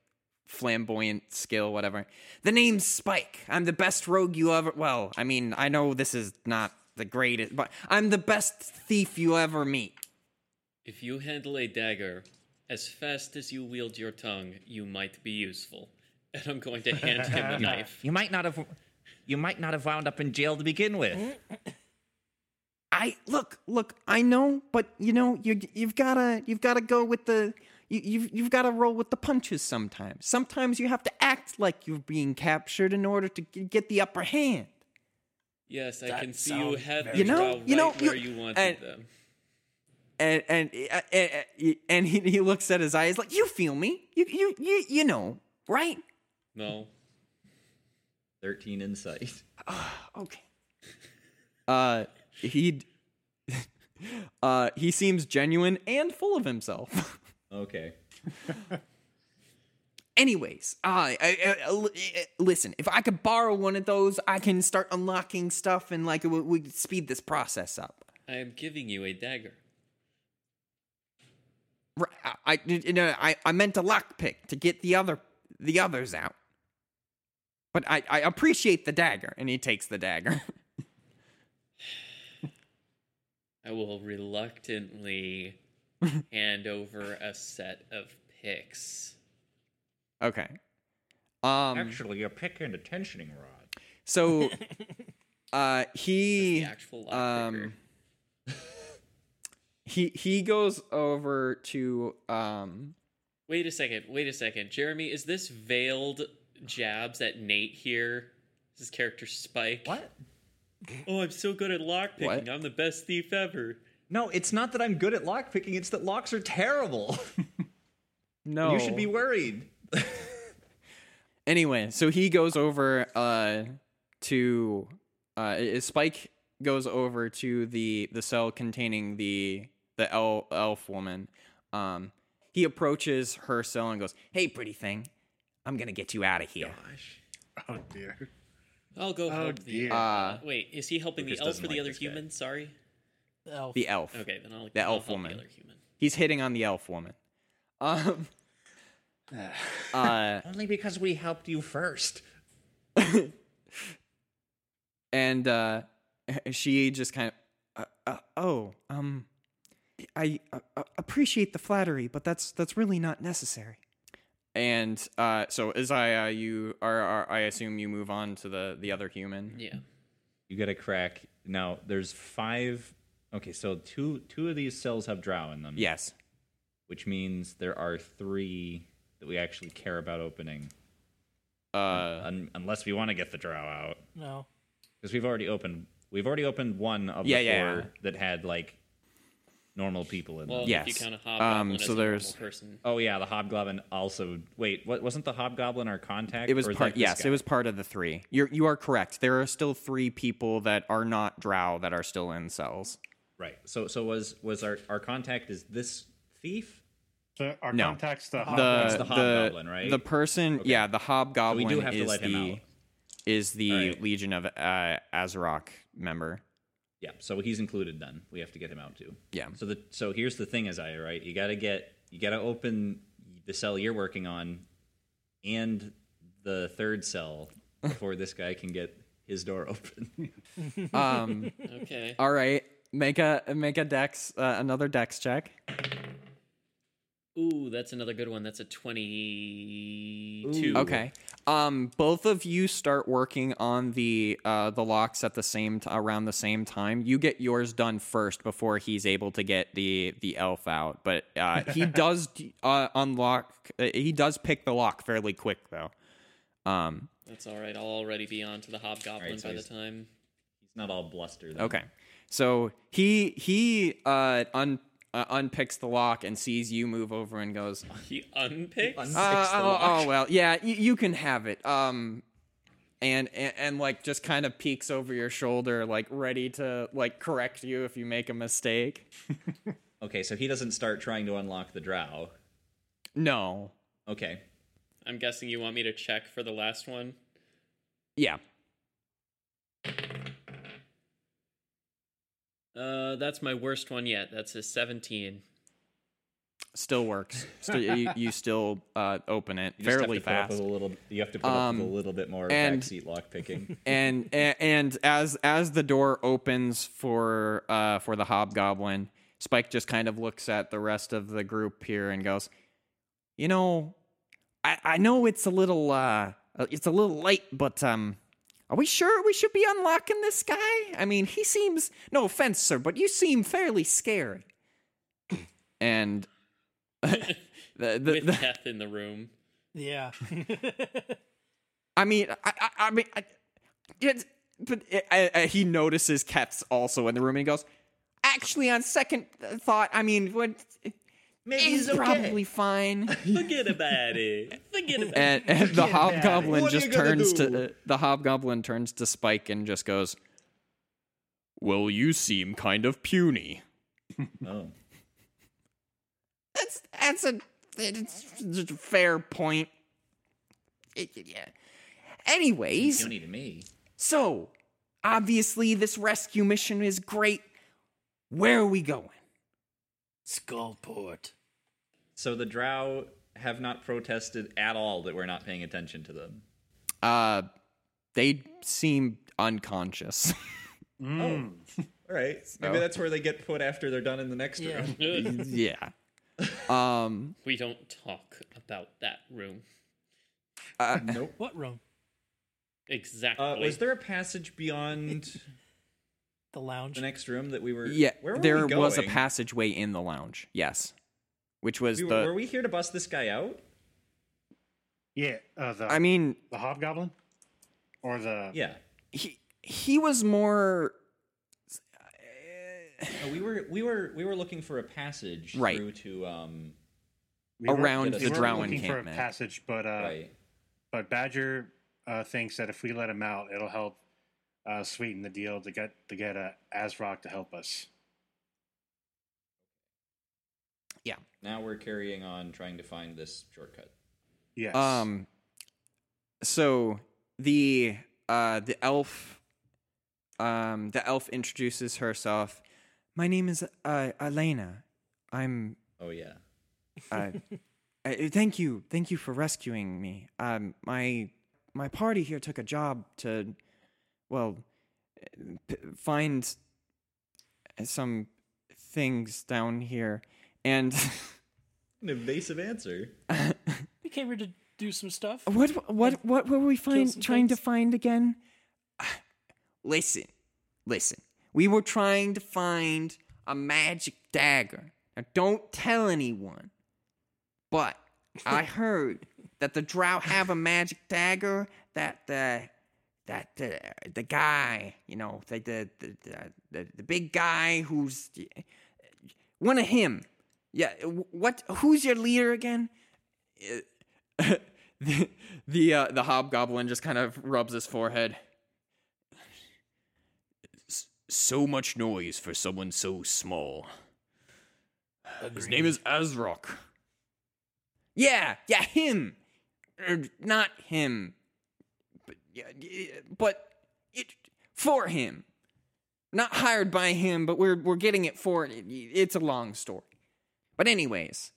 Speaker 5: flamboyant skill, whatever. The name's Spike. I'm the best rogue you ever. Well, I mean, I know this is not the greatest, but I'm the best thief you ever meet.
Speaker 8: If you handle a dagger as fast as you wield your tongue, you might be useful. [LAUGHS] And I'm going to
Speaker 3: [LAUGHS]
Speaker 8: hand him a knife.
Speaker 7: You might not have. You might not have wound up in jail to begin with.
Speaker 5: I look, look, I know, but you know, you you've gotta you've gotta go with the you, you've you've gotta roll with the punches sometimes. Sometimes you have to act like you're being captured in order to g- get the upper hand.
Speaker 8: Yes, I
Speaker 3: That
Speaker 8: can see you
Speaker 3: sounds
Speaker 8: had
Speaker 3: very
Speaker 5: You
Speaker 8: the
Speaker 5: know,
Speaker 8: draw
Speaker 5: you know,
Speaker 8: right where
Speaker 5: you-
Speaker 8: you wanted
Speaker 5: and-
Speaker 8: them.
Speaker 5: And and uh, and, and he, he looks at his eyes like, you feel me? You you you you know, right?
Speaker 8: No.
Speaker 7: Thirteen insight.
Speaker 5: Okay. Uh, he [LAUGHS] uh he seems genuine and full of himself. [LAUGHS]
Speaker 7: Okay.
Speaker 5: Anyways, I, I, I- l- I- listen. If I could borrow one of those, I can start unlocking stuff, and like we, we could speed this process up.
Speaker 8: I am giving you a dagger.
Speaker 5: R- I, I, you know, I, I meant a lockpick to get the other the others out. But I, I appreciate the dagger, and he takes the dagger. [LAUGHS]
Speaker 8: I will reluctantly hand over a set of picks.
Speaker 5: okay. Um.
Speaker 7: Actually, you're picking a tensioning rod. [LAUGHS]
Speaker 5: So, uh,
Speaker 8: The
Speaker 5: he
Speaker 8: actual lock picker.
Speaker 5: um he he goes over to um
Speaker 8: Wait a second. Wait a second. Jeremy, is this veiled jabs at Nate here? Is his character Spike?
Speaker 7: What?
Speaker 8: Oh, I'm so good at
Speaker 5: What?
Speaker 8: lockpicking. I'm the best thief ever.
Speaker 7: No, it's not that I'm good at lock picking. It's that locks are terrible. [LAUGHS]
Speaker 5: no
Speaker 7: You should be worried.
Speaker 5: anyway, so he goes over uh to uh i- Spike goes over to the the cell containing the the elf, elf woman. Um he approaches her cell and goes, "Hey pretty thing, I'm going to get you out of here."
Speaker 2: [LAUGHS] Oh dear.
Speaker 8: I'll
Speaker 2: [LAUGHS]
Speaker 8: go
Speaker 2: Oh
Speaker 8: help the.
Speaker 2: dear.
Speaker 5: Uh
Speaker 8: Wait, is he helping
Speaker 7: Lucas
Speaker 8: the elf
Speaker 7: doesn't
Speaker 8: or the
Speaker 7: like
Speaker 8: other
Speaker 7: this guy.
Speaker 8: human? Sorry.
Speaker 3: The elf.
Speaker 5: the elf.
Speaker 8: Okay, then I'll,
Speaker 5: The
Speaker 8: I'll
Speaker 5: elf
Speaker 8: help
Speaker 5: woman.
Speaker 8: the other human.
Speaker 5: He's hitting on the elf woman. Um uh
Speaker 7: [LAUGHS] Only because we helped you first.
Speaker 5: [LAUGHS] and uh [LAUGHS] she just kind of uh, uh, oh um i uh, uh, appreciate the flattery but that's that's really not necessary and uh so Isaiah, you are, are i assume you move on to the the other human
Speaker 8: Yeah.
Speaker 7: You got a crack. Now there's five. Okay, so two two of these cells have drow in them.
Speaker 5: yes
Speaker 7: which means there are three that we actually care about opening,
Speaker 5: uh
Speaker 7: un- unless we want to get the drow out
Speaker 3: No.
Speaker 7: because we've already opened we've already opened one of
Speaker 5: Yeah,
Speaker 7: the
Speaker 5: yeah,
Speaker 7: four
Speaker 5: yeah.
Speaker 7: that had like normal people in
Speaker 8: Well,
Speaker 7: them.
Speaker 8: if
Speaker 5: Yes.
Speaker 8: you kind of hop
Speaker 5: Um,
Speaker 8: um,
Speaker 5: so
Speaker 8: so as
Speaker 5: there's-
Speaker 8: there's... a normal person.
Speaker 7: Oh yeah, the hobgoblin also. Wait, what wasn't the hobgoblin our contact?
Speaker 5: it was
Speaker 7: Or is that
Speaker 5: part
Speaker 7: this
Speaker 5: yes
Speaker 7: guy?
Speaker 5: it was part of the three you're you are correct there are still three people that are not drow that are still in cells
Speaker 7: right. So so was was our our contact is this thief?
Speaker 2: So our
Speaker 5: No.
Speaker 2: contact's the,
Speaker 5: the,
Speaker 2: hobgoblin.
Speaker 7: the hobgoblin, right?
Speaker 5: The person, yeah, the hobgoblin
Speaker 7: have to
Speaker 5: is
Speaker 7: let him
Speaker 5: the
Speaker 7: out.
Speaker 5: is the
Speaker 7: Alright.
Speaker 5: Legion of uh, Azeroth
Speaker 2: [LAUGHS]
Speaker 5: member.
Speaker 7: Yeah, so he's included then. We have to get him out too.
Speaker 5: Yeah.
Speaker 7: So the so here's the thing, Isaiah, right? You gotta get you gotta open the cell you're working on and the third
Speaker 5: [LAUGHS]
Speaker 7: cell before this guy can get his door open.
Speaker 5: Um,
Speaker 8: Okay.
Speaker 5: all right, make a make a dex uh, another dex check.
Speaker 8: Ooh, that's another good one. That's a 22.
Speaker 5: Okay. Um, both of you start working on the uh, the locks at the same t- around the same time. You get yours done first before he's able to get the the elf out. But uh, he
Speaker 7: [LAUGHS]
Speaker 5: does d- uh, unlock. Uh, he does pick the lock fairly quick though. Um,
Speaker 8: That's all right. I'll already be on to the hobgoblin
Speaker 7: Alright, so
Speaker 8: by the
Speaker 7: he's-
Speaker 8: time.
Speaker 7: He's not all bluster. Then.
Speaker 5: Okay. So he he uh, un, uh unpicks the lock and sees you move over and goes,
Speaker 8: He unpicks.
Speaker 7: Unpicks
Speaker 5: uh,
Speaker 7: the
Speaker 5: oh,
Speaker 7: lock.
Speaker 5: oh, well, yeah, you, you can have it. Um, and, and and like just kind of peeks over your shoulder, like ready to like correct you if you make a mistake.
Speaker 7: Okay, so he doesn't start trying to unlock the drow.
Speaker 5: No.
Speaker 7: Okay.
Speaker 8: I'm guessing you want me to check for the last one.
Speaker 5: Yeah.
Speaker 8: Uh, that's my worst one yet. That's a 17.
Speaker 5: Still works. Still, you, you still uh, open it
Speaker 7: You just
Speaker 5: fairly
Speaker 7: have to put up
Speaker 5: fast.
Speaker 7: with a little, you have to put up with
Speaker 5: Um,
Speaker 7: a little bit more
Speaker 5: and-
Speaker 7: backseat
Speaker 5: [LAUGHS]
Speaker 7: lock picking.
Speaker 5: and a- and as as the door opens for uh for the hobgoblin spike just kind of looks at the rest of the group here and goes you know i i know it's a little uh it's a little late but um are we sure we should be unlocking this guy i mean he seems no offense sir but you seem fairly scared and [LAUGHS] the, the,
Speaker 8: With
Speaker 5: the,
Speaker 8: death in the room.
Speaker 3: Yeah.
Speaker 5: I mean, I, I, I mean, I, it's, but it, I, I, he notices Keth's also in the room and he goes, actually, on second thought, I mean, what, eh,
Speaker 7: Maybe
Speaker 5: he's probably fine. [LAUGHS]
Speaker 8: Forget about it. Forget about
Speaker 5: and, and the hobgoblin
Speaker 7: What are you
Speaker 5: just
Speaker 7: gonna
Speaker 5: turns
Speaker 7: do?
Speaker 5: to, eh, the hobgoblin turns to Spike and just goes,
Speaker 1: Well, you seem kind of puny.
Speaker 7: Oh,
Speaker 5: that's, that's a, it's a fair point. It- yeah. Anyways.
Speaker 7: puny to me.
Speaker 5: So, obviously, this rescue mission is great. Where are we going?
Speaker 3: Skullport.
Speaker 7: So the drow have not protested at all that we're not paying attention to them.
Speaker 5: Uh, they seem unconscious. [LAUGHS]
Speaker 2: Mm.
Speaker 7: All right, maybe
Speaker 5: So-
Speaker 7: that's where they get put after they're done in the next
Speaker 3: Yeah.
Speaker 5: [LAUGHS]
Speaker 7: room. [LAUGHS]
Speaker 8: it.
Speaker 5: yeah. Um.
Speaker 8: [LAUGHS] we don't talk about that room.
Speaker 5: uh,
Speaker 7: Nope.
Speaker 3: What room?
Speaker 8: Exactly.
Speaker 7: Uh, was there a passage beyond
Speaker 3: The lounge.
Speaker 7: the next room that we were?
Speaker 5: yeah.
Speaker 7: where were
Speaker 5: there
Speaker 7: we
Speaker 5: was a
Speaker 7: going?
Speaker 5: passageway in the lounge. Yes. Which was
Speaker 7: We were,
Speaker 5: the.
Speaker 7: were we here to bust this guy out?
Speaker 2: Yeah, uh, the
Speaker 5: I mean,
Speaker 2: the hobgoblin or the
Speaker 7: Yeah.
Speaker 5: he he was more.
Speaker 7: No, Oh, we were we were we were looking for a passage
Speaker 5: Right.
Speaker 7: through to um
Speaker 2: we weren't-
Speaker 5: Around
Speaker 2: we
Speaker 7: the
Speaker 2: weren't
Speaker 7: drow
Speaker 2: looking for a
Speaker 5: encampment.
Speaker 2: passage, but uh,
Speaker 7: right.
Speaker 2: but Badger uh, thinks that if we let him out, it'll help uh, sweeten the deal to get to get uh, Azrock to help us.
Speaker 7: Now we're carrying on trying to find this shortcut.
Speaker 2: Yes.
Speaker 5: Um. So the uh the elf, um the elf introduces herself. My name is uh Elena. I'm
Speaker 7: Oh yeah.
Speaker 5: uh, uh, thank you, thank you for rescuing me. Um, my my party here took a job to, well, p- find some things down here, and [LAUGHS]
Speaker 7: An evasive answer.
Speaker 3: We came here to do some stuff.
Speaker 5: what what what were we
Speaker 3: some
Speaker 5: find trying to
Speaker 3: things?
Speaker 5: find again? [SIGHS] Listen, listen. We were trying to find a magic dagger. Now, don't tell anyone. [LAUGHS] But I heard that the Drow have a magic dagger that the that the the guy, you know, the the the the, the, the big guy who's one of him. Yeah, wh- what? Who's your leader again? the the, uh, the hobgoblin just kind of rubs his forehead.
Speaker 1: So much noise for someone so small. His name is Azrock.
Speaker 5: Yeah, yeah, him. Er, not him. But yeah, yeah, but it for him. Not hired by him, but we're we're getting it for it. It's a long story. But anyways,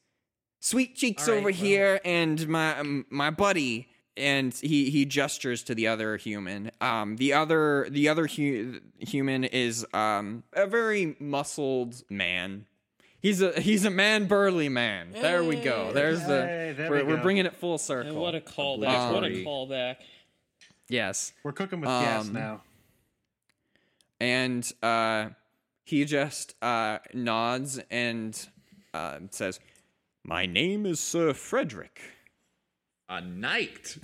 Speaker 5: sweet cheeks
Speaker 7: All right,
Speaker 5: over
Speaker 7: well-
Speaker 5: here and my um, my buddy and he he gestures to the other human. Um the other the other hu- human is um a very muscled man. He's a he's a man burly man. There we go.
Speaker 3: Hey.
Speaker 5: There's the
Speaker 2: Hey, there
Speaker 5: we're,
Speaker 2: we
Speaker 5: we're
Speaker 2: go.
Speaker 5: bringing it full circle.
Speaker 8: And what a callback. What a
Speaker 7: Obligatory.
Speaker 8: callback.
Speaker 5: yes.
Speaker 2: We're cooking with gas
Speaker 5: um,
Speaker 2: now.
Speaker 5: And uh, he just uh, nods and uh, says,
Speaker 1: My name
Speaker 7: [LAUGHS]
Speaker 1: is Sir Frederick.
Speaker 7: A knight.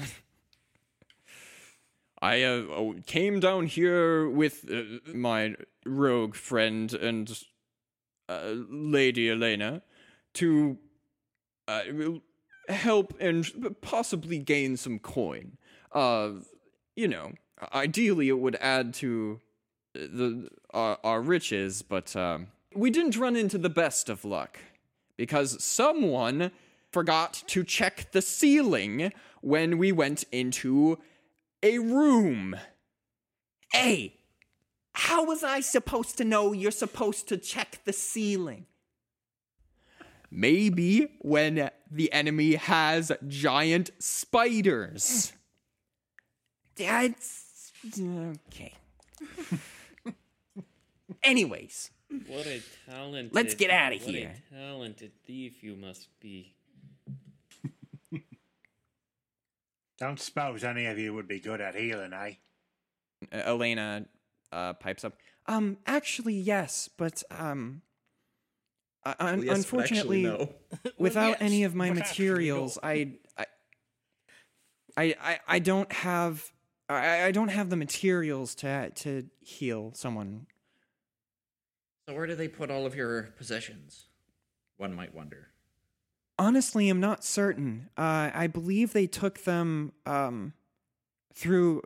Speaker 5: I uh, oh, came down here with uh, my rogue friend and uh, Lady Elena to uh, will help and possibly gain some coin. Uh, you know, ideally it would add to the our, our riches, but um, we didn't run into the best of luck because someone forgot to check the ceiling when we went into a room.
Speaker 9: Hey, how was I supposed to know you're supposed to check the ceiling?
Speaker 5: Maybe when the enemy has giant spiders.
Speaker 9: That's okay. [LAUGHS] Anyways,
Speaker 8: What a talented.
Speaker 9: get outta
Speaker 8: what a
Speaker 9: here.
Speaker 8: talented thief you must be.
Speaker 2: Don't suppose any of you would be good at healing, eh?
Speaker 5: Uh, Elena uh, pipes up. Um, actually, yes, but um, I-
Speaker 9: uh,
Speaker 5: un-
Speaker 7: Yes, but
Speaker 5: unfortunately,
Speaker 7: actually,
Speaker 5: without
Speaker 4: yes,
Speaker 5: any of my
Speaker 2: but actually, no.
Speaker 5: materials, I, I, I, I, I don't have, I, I don't have the materials to to heal someone.
Speaker 10: So where do they put all of your possessions?
Speaker 7: One might wonder.
Speaker 5: Honestly, I'm not certain. Uh, I believe they took them um, through.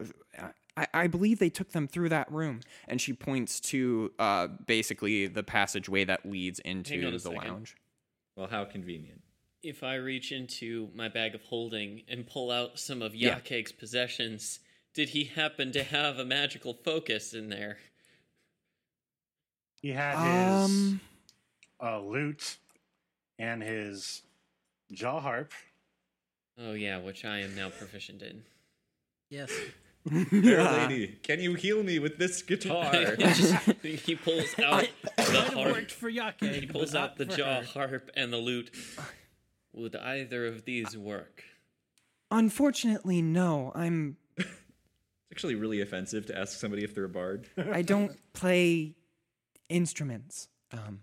Speaker 5: I, I believe they took them through that room. And she points to uh, basically the passageway that leads
Speaker 8: Hang
Speaker 5: into
Speaker 8: on a
Speaker 5: the
Speaker 8: second.
Speaker 5: lounge.
Speaker 7: Well, how convenient.
Speaker 8: If I reach into my bag of holding and pull out some of
Speaker 5: Yeah.
Speaker 8: Yake's possessions, did he happen to have a magical focus in there?
Speaker 2: He had his
Speaker 5: Um,
Speaker 2: uh, lute and his jaw harp.
Speaker 8: Oh yeah, which I am now proficient in.
Speaker 4: Yes.
Speaker 7: [LAUGHS] Fair lady, can you heal me with this [LAUGHS] guitar?
Speaker 8: [LAUGHS]
Speaker 5: [LAUGHS]
Speaker 8: he pulls out the
Speaker 4: Might have
Speaker 8: harp.
Speaker 4: worked for Yake. [LAUGHS]
Speaker 8: He
Speaker 4: but
Speaker 8: pulls
Speaker 4: not
Speaker 8: out the
Speaker 4: for
Speaker 8: jaw
Speaker 4: her.
Speaker 8: harp and the lute. Would either of these work?
Speaker 5: unfortunately, no. I'm.
Speaker 7: It's actually really offensive to ask somebody if they're
Speaker 4: [LAUGHS]
Speaker 7: a bard.
Speaker 5: I don't play instruments. Um,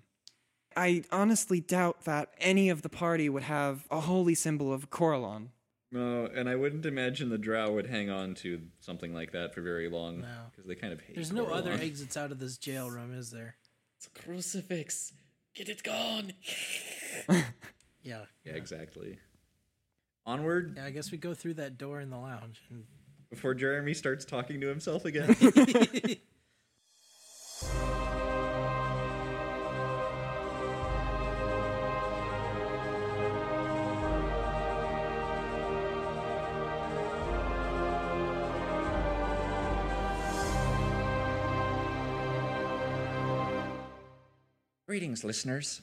Speaker 5: I honestly doubt that any of the party would have a holy symbol of Coralon.
Speaker 7: No, and I wouldn't imagine the drow would hang on to something like that for very long
Speaker 4: No.
Speaker 7: because they kind of hate.
Speaker 4: There's no other
Speaker 7: Coralon.
Speaker 4: exits out of this jail room, is there?
Speaker 8: It's a crucifix. Get it gone.
Speaker 4: Yeah.
Speaker 7: Yeah, exactly. Onward
Speaker 4: Yeah, I guess we go through that door in the lounge. And
Speaker 7: before Jeremy starts talking to himself again.
Speaker 10: Greetings, listeners.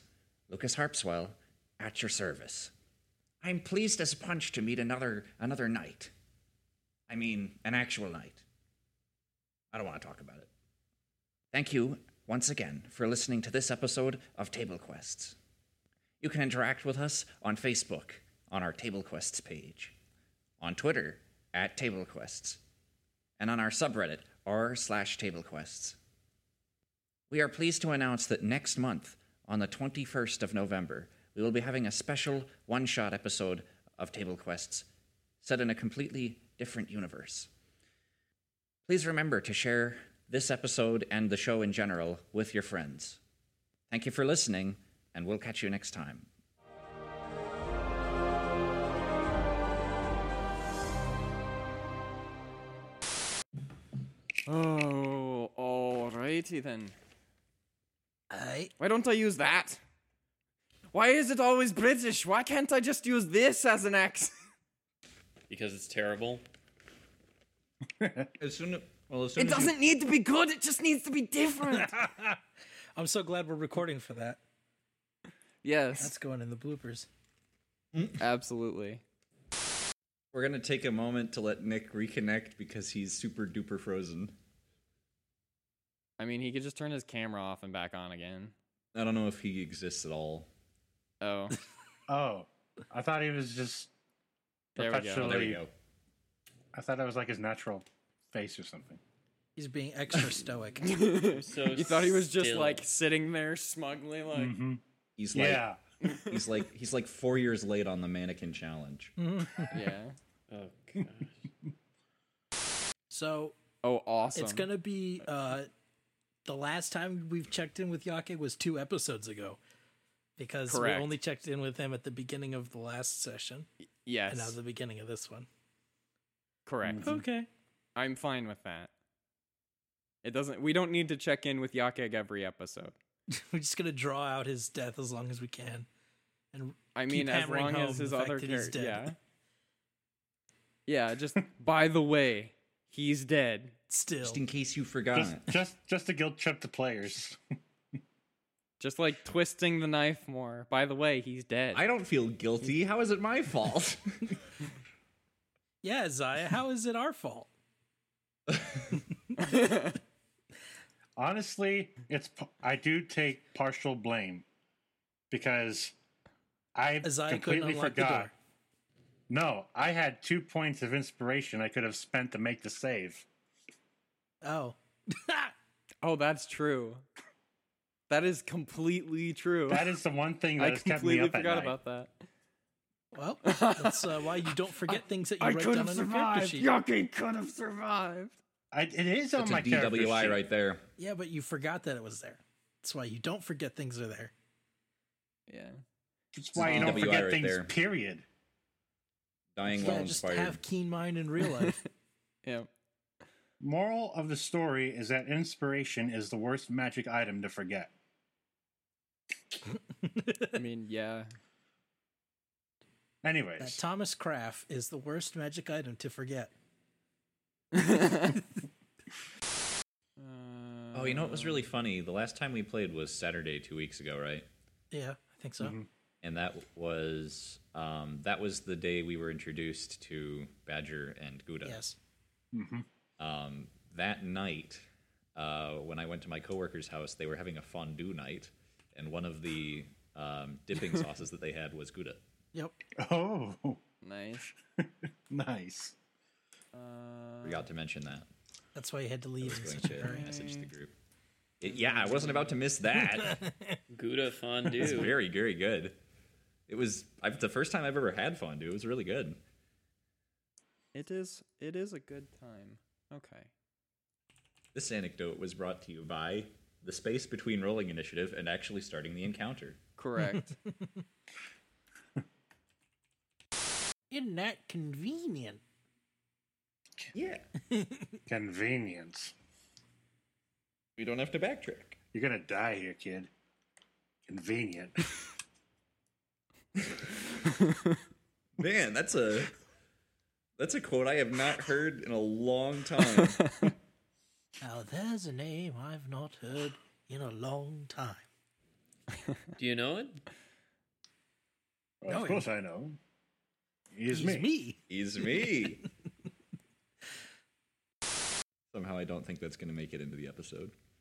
Speaker 10: Lucas Harpswell, at your service. I'm pleased as punch to meet another another knight. I mean, an actual knight. I don't want to talk about it. Thank you once again for listening to this episode of Table Quests. You can interact with us on Facebook on our Table Quests page, on Twitter at Table Quests, and on our subreddit r slash Table Quests. We are pleased to announce that next month, on the 21st of November, we will be having a special one shot episode of Table Quests set in a completely different universe. Please remember to share this episode and the show in general with your friends. Thank you for listening, and we'll catch you next time.
Speaker 5: Oh, alrighty then.
Speaker 4: I
Speaker 5: Why don't I use that? Why is it always British? Why can't I just use this as an accent?
Speaker 8: Because it's terrible.
Speaker 7: [LAUGHS] as soon, well, as soon
Speaker 9: It doesn't need to be good, it just needs to be different.
Speaker 4: [LAUGHS] I'm so glad we're recording for that. That's
Speaker 5: [LAUGHS] Yes,
Speaker 4: going in the bloopers.
Speaker 5: absolutely.
Speaker 7: we're gonna take a moment to let Nick reconnect because he's super duper frozen.
Speaker 5: I mean, he could just turn his camera off and back on again.
Speaker 7: I don't know if he exists at all.
Speaker 5: Oh,
Speaker 2: Oh, I thought he was just.
Speaker 5: There we go.
Speaker 2: perpetually-
Speaker 7: Oh, there you go.
Speaker 2: I thought that was like his natural face or something.
Speaker 4: He's being [LAUGHS] extra stoic.
Speaker 8: So
Speaker 5: [LAUGHS] you thought he was just
Speaker 8: still.
Speaker 5: like sitting there smugly, like
Speaker 2: Mm-hmm.
Speaker 4: [LAUGHS]
Speaker 7: He's like
Speaker 2: Yeah.
Speaker 7: [LAUGHS] he's like he's like four years late Hmm. on the mannequin challenge.
Speaker 5: yeah.
Speaker 8: Oh god.
Speaker 4: So
Speaker 5: Oh, awesome.
Speaker 4: It's gonna be uh the last time we've checked in with Yake was two episodes ago. Because
Speaker 5: Correct.
Speaker 4: we only checked in with him at the beginning of the last session.
Speaker 5: yes.
Speaker 4: And now the beginning of this one. [LAUGHS]
Speaker 5: Correct.
Speaker 4: Okay.
Speaker 5: I'm fine with that. It doesn't we don't need to check in with Yakeg every episode.
Speaker 4: We're just gonna draw out his death as long as we can. And
Speaker 5: I
Speaker 4: keep
Speaker 5: mean as
Speaker 4: hammering
Speaker 5: long
Speaker 4: home
Speaker 5: as his
Speaker 4: the fact
Speaker 5: other
Speaker 4: that he's
Speaker 5: character yeah.
Speaker 4: dead. [LAUGHS]
Speaker 5: Yeah, just by the way, he's dead.
Speaker 4: Still
Speaker 7: Just in case you forgot.
Speaker 2: Just, just, just to guilt trip the [LAUGHS] players.
Speaker 5: Just like twisting the knife more. By the way, he's dead.
Speaker 7: I don't feel guilty. How is it my [LAUGHS] fault?
Speaker 4: Yeah, Zaya, how is it our fault?
Speaker 2: Honestly, it's p- I do take partial blame because I
Speaker 4: As I couldn't
Speaker 2: completely
Speaker 4: unlock the
Speaker 2: forgot.
Speaker 4: door.
Speaker 2: No, I had two points of inspiration I could have spent to make the [LAUGHS] save.
Speaker 4: Oh. [LAUGHS]
Speaker 5: Oh, that's true. That is completely true.
Speaker 2: That is the one thing that
Speaker 5: I
Speaker 2: has kept me
Speaker 5: completely
Speaker 2: up
Speaker 5: forgot
Speaker 2: at night.
Speaker 5: about that.
Speaker 4: Well, that's uh, why you don't forget things that you write down on your character sheet.
Speaker 1: Yucky could have survived.
Speaker 2: I, it is on
Speaker 7: That's a
Speaker 2: my character sheet.
Speaker 7: DWI right there.
Speaker 4: Yeah, but you forgot that it was there. That's why you don't forget things are there.
Speaker 5: Yeah.
Speaker 2: That's why you don't
Speaker 7: DWI
Speaker 2: forget
Speaker 7: right
Speaker 2: things.
Speaker 7: there.
Speaker 2: Period.
Speaker 7: Dying
Speaker 4: Yeah,
Speaker 7: well
Speaker 4: just
Speaker 7: inspired.
Speaker 4: have keen mind in real life.
Speaker 5: Yeah.
Speaker 2: Moral of the story is that inspiration is the worst magic item to forget.
Speaker 5: I mean,
Speaker 7: [LAUGHS]
Speaker 5: yeah.
Speaker 4: that
Speaker 2: Anyways,
Speaker 4: Thomas Craft is the worst magic item to forget.
Speaker 5: Uh,
Speaker 7: Oh, you know what was really funny? The last time we played was Saturday two weeks ago, right?
Speaker 4: Yeah, I think so.
Speaker 7: And that was um, that was the day we were introduced to Badger and Gouda.
Speaker 4: Yes.
Speaker 7: Um, that night, uh, when I went to my coworker's house, they were having a fondue night, and one of the um, dipping sauces that they had was Gouda.
Speaker 4: Yep.
Speaker 2: oh, [LAUGHS]
Speaker 5: Nice.
Speaker 2: nice.
Speaker 7: Forgot to mention that.
Speaker 4: That's why you had to leave in
Speaker 7: Going
Speaker 4: such a
Speaker 7: to
Speaker 4: hurry.
Speaker 7: message the group. It- yeah, I wasn't about to miss that.
Speaker 8: Gouda
Speaker 7: It's
Speaker 8: fondue.
Speaker 7: very, very good. It was i the first time I've ever had fondue. It was really good.
Speaker 5: It is it is a good time. Okay.
Speaker 7: This anecdote was brought to you by the space between rolling initiative and actually starting the encounter.
Speaker 5: Correct.
Speaker 4: Isn't that convenient?
Speaker 7: Yeah.
Speaker 2: Convenience.
Speaker 7: We don't have to backtrack.
Speaker 2: You're gonna die here, kid. Convenient. [LAUGHS]
Speaker 7: Man, that's a that's a quote I have not heard in a long [LAUGHS] time.
Speaker 4: Now, there's a name I've not heard in a long time.
Speaker 8: Do you know it?
Speaker 2: Well,
Speaker 4: No,
Speaker 2: of course I know. He's,
Speaker 4: He's
Speaker 2: me.
Speaker 4: me.
Speaker 7: He's me. Somehow I don't think that's gonna make it into the episode.